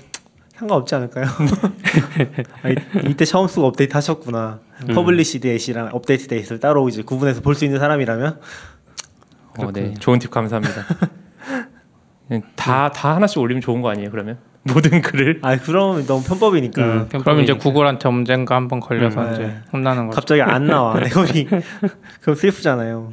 S3: 상관없지 않을까요? <laughs> 아, 이, 때 처음 쓰고 업데이트 하셨구나. 퍼블리시 데이시랑 업데이트 데이트를 따로 이제 구분해서 볼 수 있는 사람이라면
S4: 어, 네, 좋은 팁 감사합니다. 다 다 하나씩 올리면 좋은 거 아니에요? 그러면 모든 글을
S3: 아 그럼 너무 편법이니까
S2: 음,
S5: 그럼 이제
S2: 편법이니까.
S5: 구글한테 언젠가 한번 걸려서
S3: 음.
S5: 이제
S3: 네.
S5: 혼나는 거죠.
S3: 갑자기 안 나와 내거리 <laughs> 그럼 슬프잖아요.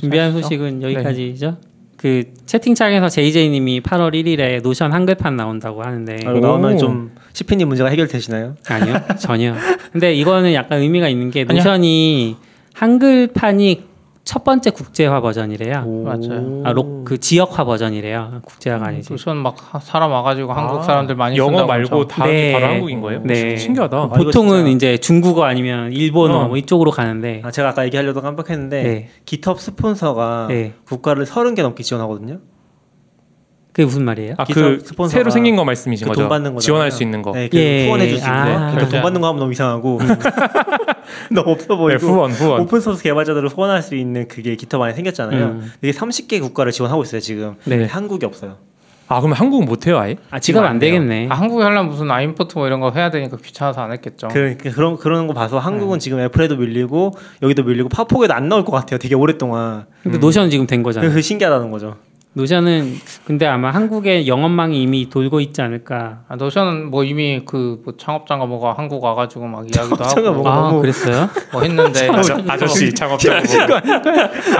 S2: 준비한
S5: 하시죠. 네.
S2: 소식은 여기까지죠. 그 채팅창에서 JJ님이 8월 1일에 노션 한글판 나온다고 하는데
S3: 아, 이거 나오면 좀 시피님 문제가 해결되시나요?
S2: <laughs> 아니요 전혀. 근데 이거는 약간 의미가 있는 게
S5: 아니야.
S2: 노션이 한글판이 첫 번째 국제화 버전이래요.
S3: 오.
S5: 맞아요.
S2: 아, 록, 그 지역화 버전이래요. 국제화가 아니지.
S5: 우선 막 하- 사람 와가지고
S3: 아,
S5: 한국 사람들 많이
S4: 영어
S5: 쓴다고
S4: 말고
S5: 그러죠.
S4: 다
S2: 네.
S4: 바로 한국인 거예요?
S2: 네.
S4: 신기하다.
S3: 아, 이거
S2: 보통은
S3: 진짜-
S2: 이제 중국어 아니면 일본어
S4: 어.
S2: 뭐 이쪽으로 가는데
S3: 아, 제가 아까 얘기하려다 깜빡했는데
S2: 네.
S3: 기톱 스폰서가
S2: 네.
S3: 국가를 30개 넘게 지원하거든요.
S2: 그게 무슨 말이에요?
S4: 아,
S3: 기사
S4: 그
S3: 스폰서가
S4: 새로 생긴 거 말씀이신
S3: 그
S4: 거죠?
S3: 돈 받는 거잖아요.
S4: 지원할 수 있는 거.
S3: 네, 그
S2: 예.
S3: 후원해 줄수 있는
S2: 아.
S3: 거. 그러니까 돈 받는 거 하면 너무 이상하고 <laughs> 너무 없어
S4: 네,
S3: 보이고
S4: 후원, 후원.
S3: 오픈 소스 개발자들을 후원할 수 있는 그게 기타 많이 생겼잖아요.
S2: 음.
S3: 이게 30개 국가를 지원하고 있어요 지금.
S2: 네.
S3: 한국이 없어요.
S4: 아, 그럼 한국은 못 해요, 아예?
S3: 아
S2: 지갑 안
S3: 돼요.
S2: 되겠네.
S5: 아, 한국에 하려면 무슨 아임포트 뭐 이런 거 해야 되니까 귀찮아서 안 했겠죠.
S3: 그, 그- 그런 그런 거 봐서 한국은
S2: 네.
S3: 지금 애플에도 밀리고 여기도 밀리고 파폭에도 안 나올 것 같아요. 되게 오랫동안.
S2: 근데 노션은 지금 된 거잖아요.
S3: 그 신기하다는 거죠.
S2: 노션은 근데 아마 한국의 영업망이 이미 돌고 있지 않을까.
S5: 아, 노션은 뭐 이미 그뭐 창업장가 뭐가 한국 와가지고 막 이야기도
S3: 창업장가
S5: 하고
S3: 뭐가-
S2: 아 <laughs>
S3: 너무-
S2: 그랬어요?
S5: 뭐 했는데
S4: 아저씨 창업자.
S5: 아,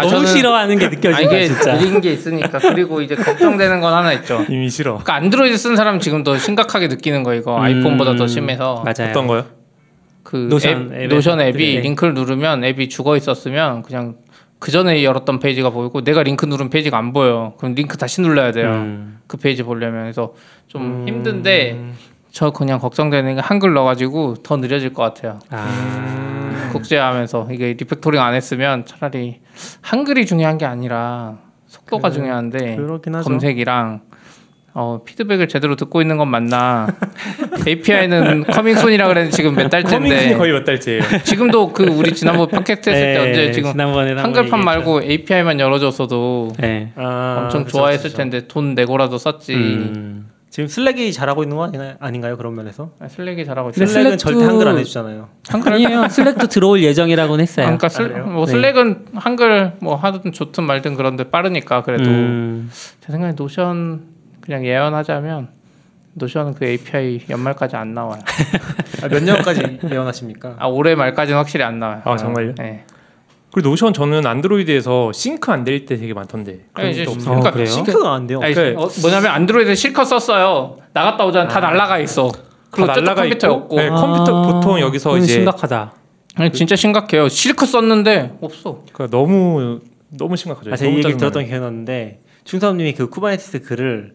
S2: 너무 <laughs>
S5: 저는-
S2: 싫어하는 게
S5: 아,
S2: 느껴지네
S5: 이게
S2: 진짜.
S5: 느린 게 있으니까 그리고 이제 걱정되는 건 하나 있죠.
S4: 이미 싫어.
S5: 그러니까 안드로이드 쓴 사람 지금 더 심각하게 느끼는 거 이거
S2: 음,
S5: 어, 아이폰보다 더 심해서
S2: 맞아요.
S4: 어떤 거요?
S5: 그
S2: 노션
S5: 앱,
S2: 앱에-
S5: 노션 앱이
S2: 네.
S5: 링크를 누르면 앱이 죽어 있었으면 그냥 그 전에 열었던 페이지가 보이고 내가 링크 누른 페이지가 안 보여. 그럼 링크 다시 눌러야 돼요.
S2: 음.
S5: 그 페이지 보려면 그래서 좀 힘든데 저 그냥 걱정되는 게 한글 넣어가지고 더 느려질 것 같아요.
S2: 아,
S5: 국제화하면서 이게 리팩토링 안 했으면 차라리 한글이 중요한 게 아니라 속도가 중요한데
S3: 그렇긴 하죠.
S5: 네. 검색이랑 어, 피드백을 제대로 듣고 있는 건 맞나? <laughs> API는 커밍순이라 그랬는데 지금 몇
S4: 커밍이
S5: 달째인데
S4: 거의 몇 달째예요.
S5: 지금도 그 우리 지난번 팟캐스트 했을 때
S2: 네,
S5: 언제 지금
S2: 지난번에
S5: 한글판 말고 API만 열어줬어도
S2: 네.
S3: 아,
S5: 엄청
S3: 그쵸,
S5: 좋아했을
S3: 그쵸.
S5: 텐데 돈 내고라도 썼지
S2: 음.
S3: 지금 슬랙이 잘하고 있는 거 아니나, 아닌가요 그런 면에서?
S5: 아, 슬랙이 잘하고 있어
S2: 근데
S3: 슬랙은
S2: 슬랙도-
S3: 절대 한글 안 해주잖아요.
S5: <laughs>
S2: 아니에요. 슬랙도 들어올 예정이라고는 했어요.
S5: 그러니까 슬, 뭐
S2: 네.
S5: 슬랙은 한글 뭐 하든 좋든 말든 그런데 빠르니까 그래도
S2: 음.
S5: 제 생각에 노션 그냥 예언하자면 노션은 그 API 연말까지 안 나와요.
S3: <laughs> 아, 몇 년까지 예언하십니까?
S5: 아 올해 말까지는 확실히 안 나와요.
S4: 아 정말요?
S5: 네.
S4: 그리고 노션 저는 안드로이드에서 싱크 안 될 때 되게 많던데.
S5: 그러니까 이제
S4: 적도 없어요. 아,
S5: 그러니까
S2: 어, 그래요?
S5: 싱크-
S3: 싱크가 안 돼요.
S5: 아니,
S4: 그러니까-
S5: 어, 뭐냐면 안드로이드 실컷 썼어요. 나갔다 오자는 다 날라가 있어. 그리고
S4: 아. 다
S5: 날라가
S4: 날라가
S5: 컴퓨터
S4: 있고.
S5: 없고.
S4: 네, 컴퓨터 보통 여기서
S2: 그건
S4: 이제-
S2: 심각하다.
S5: 아니, 진짜 심각해요. 실컷 썼는데 없어.
S4: 그러니까 너무 너무 심각하죠.
S3: 아, 제가 이
S4: 네, 너무
S3: 얘기를
S4: 짜증나요.
S3: 들었던 기억이 났는데 충사님이 그 쿠버네티스 글을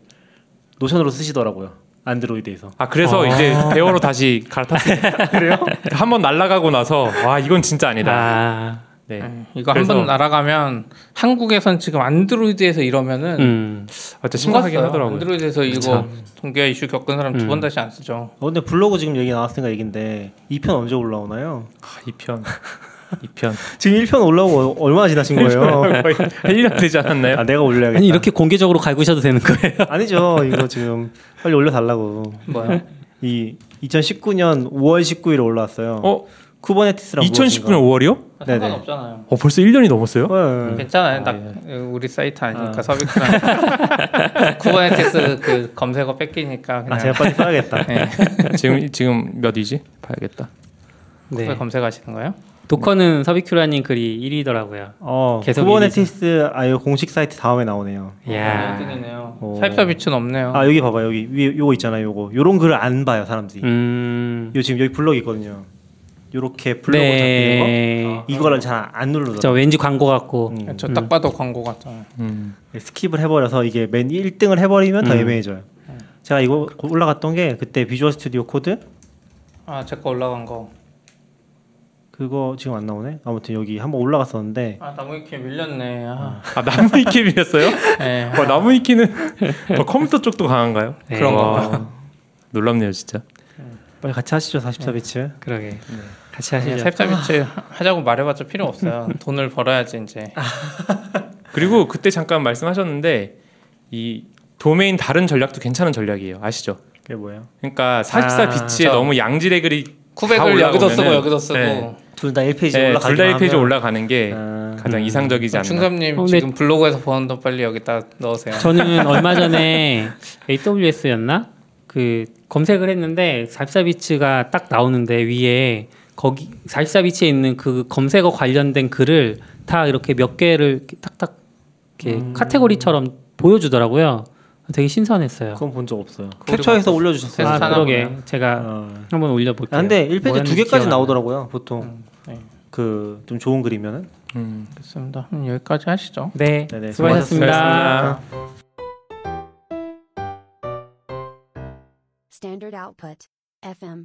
S3: 노션으로 쓰시더라고요. 안드로이드에서. 어,
S4: 아 그래서 이제 대어로 다시 갈아탔어요. 그래요? 한번 날아가고 나서 와 이건 진짜 아니다.
S2: 아,
S4: 네.
S5: 이거
S4: 그래서-
S5: 한 번 날아가면 한국에선 지금 안드로이드에서 이러면은
S2: 음,
S4: 아, 진짜 심각하긴
S5: 똑같아요.
S4: 하더라고요. 그렇죠. 음.
S5: 안드로이드에서 이거 동기화 이슈 겪은 사람 두 번 다시 안 쓰죠.
S3: 어, 근데 블로그 지금 얘기 나왔으니까 얘긴데 2편 언제 올라오나요?
S4: 아, 2편. 2편.
S3: 지금 1편 올라오고 얼마나 지나신 거예요?
S4: 거의 1년 되지 않았나요?
S3: 아 내가 올려야겠다.
S2: 아니 이렇게 공개적으로 갈구셔도 되는
S5: <laughs>
S2: 거예요?
S3: 아니죠. 이거 지금 빨리 올려달라고.
S5: 뭐야?
S3: 이 2019년 5월 19일에 올라왔어요.
S4: 어?
S3: 쿠버네티스랑
S4: 2019년 5월이요?
S3: 네네.
S5: 상관없잖아요.
S4: 어 벌써 1년이 넘었어요?
S3: 무엇인가? 네.
S5: 괜찮아요. 나
S4: 예.
S5: 우리 사이트 아니니까 서비스랑
S4: <laughs>
S5: 쿠버네티스 그 검색어 뺏기니까 그냥
S3: 아 제가 빨리 써야겠다.
S4: 지금 지금 몇 위지? 봐야겠다.
S5: 그걸
S2: 네.
S5: 검색하시는 거예요?
S2: 도커는 서비큐라님 글이 1위더라고요.
S3: 어
S2: 계속
S3: 쿠버네티스 아유 공식 사이트 다음에 나오네요.
S2: 야,
S5: 아, 어, 네요
S3: 오.
S5: 살펴 비춘 없네요.
S3: 아 여기 봐봐 여기 위에 요거 있잖아요. 요거 요런 글을 안 봐요 사람들이.
S2: 음,
S3: 요 지금 여기 블럭 있거든요. 요렇게 블럭으로 잡히는
S2: 네,
S5: 아,
S4: 아.
S3: 거 이거를 잘 안 누르죠.
S2: 저 왠지 광고 같고
S3: 음.
S5: 네, 저 딱 봐도 광고 같잖아요.
S4: 음.
S3: 네, 스킵을 해버려서 이게 맨 1등을 해버리면 더
S2: 음.
S3: 애매해져요. 제가 이거 올라갔던 게 그때 비주얼 스튜디오 코드
S5: 아, 제 거 올라간 거.
S3: 그거 지금 안 나오네. 아무튼 여기 한번 올라갔었는데
S5: 아, 나무위키 밀렸네. 아.
S4: 아 나무 이키이었어요?
S5: 네.
S4: 와뭐 나무 이키는 더 컴퓨터 쪽도 강한가요?
S2: 네.
S5: 그런
S4: 와,
S5: 거.
S4: <laughs> 놀랍네요 진짜.
S3: 빨리 같이 하시죠
S4: 네.
S3: 44비츠.
S2: 그러게 같이
S5: 그냥
S2: 하시죠.
S5: 살펴 비춘 하자고 말해봤자 필요 없어요. 돈을 벌어야지 이제.
S4: 아, 그리고 그때 잠깐 말씀하셨는데 이 도메인 다른 전략도 괜찮은 전략이에요. 아시죠?
S3: 그게 뭐예요?
S4: 그러니까 44
S3: 아,
S4: 비치에
S5: 저-
S4: 너무 양질의 글이
S5: 쿠백을
S4: 다
S5: 여기도 쓰고
S4: 올라오면은-
S5: 여기도 쓰고.
S4: 네.
S3: 둘 다 1페이지 아.
S4: 네,
S3: 올라가기
S4: 둘다 1페이지 올라가는 게 가장 이상적이지 않나. 네.
S5: 충섭님
S2: 어, 근데-
S5: 지금 블로그에서 버는 돈 빨리 여기다 넣으세요.
S2: 저는 얼마 전에 AWS였나 그 검색을 했는데 44비치가 딱 나오는데 위에 거기 44비치에 있는 그 검색어 관련된 글을 다 이렇게 몇 개를 이렇게 딱딱 이렇게 카테고리처럼 보여주더라고요. 되게 신선했어요.
S3: 그건 본 적 없어요.
S5: 그거
S3: 캡처해서
S5: 그래서
S3: 올려주셨어요.
S2: 아
S5: 사나
S2: 그러게
S5: 보네요.
S2: 제가
S3: 어.
S2: 한번 올려볼게요.
S3: 아, 근데 1페이지 두
S2: 뭐였는지
S3: 개까지
S2: 기억 안 음,
S3: 나오더라고요. 보통
S5: 네.
S3: 그 좀 좋은 글이면은.
S4: 음.
S5: 좋습니다. 그럼 여기까지
S2: 나요.
S5: 하시죠.
S2: 네,
S3: 네네,
S2: 수고하셨습니다.
S4: 수고하셨습니다.
S1: Standard output. FM.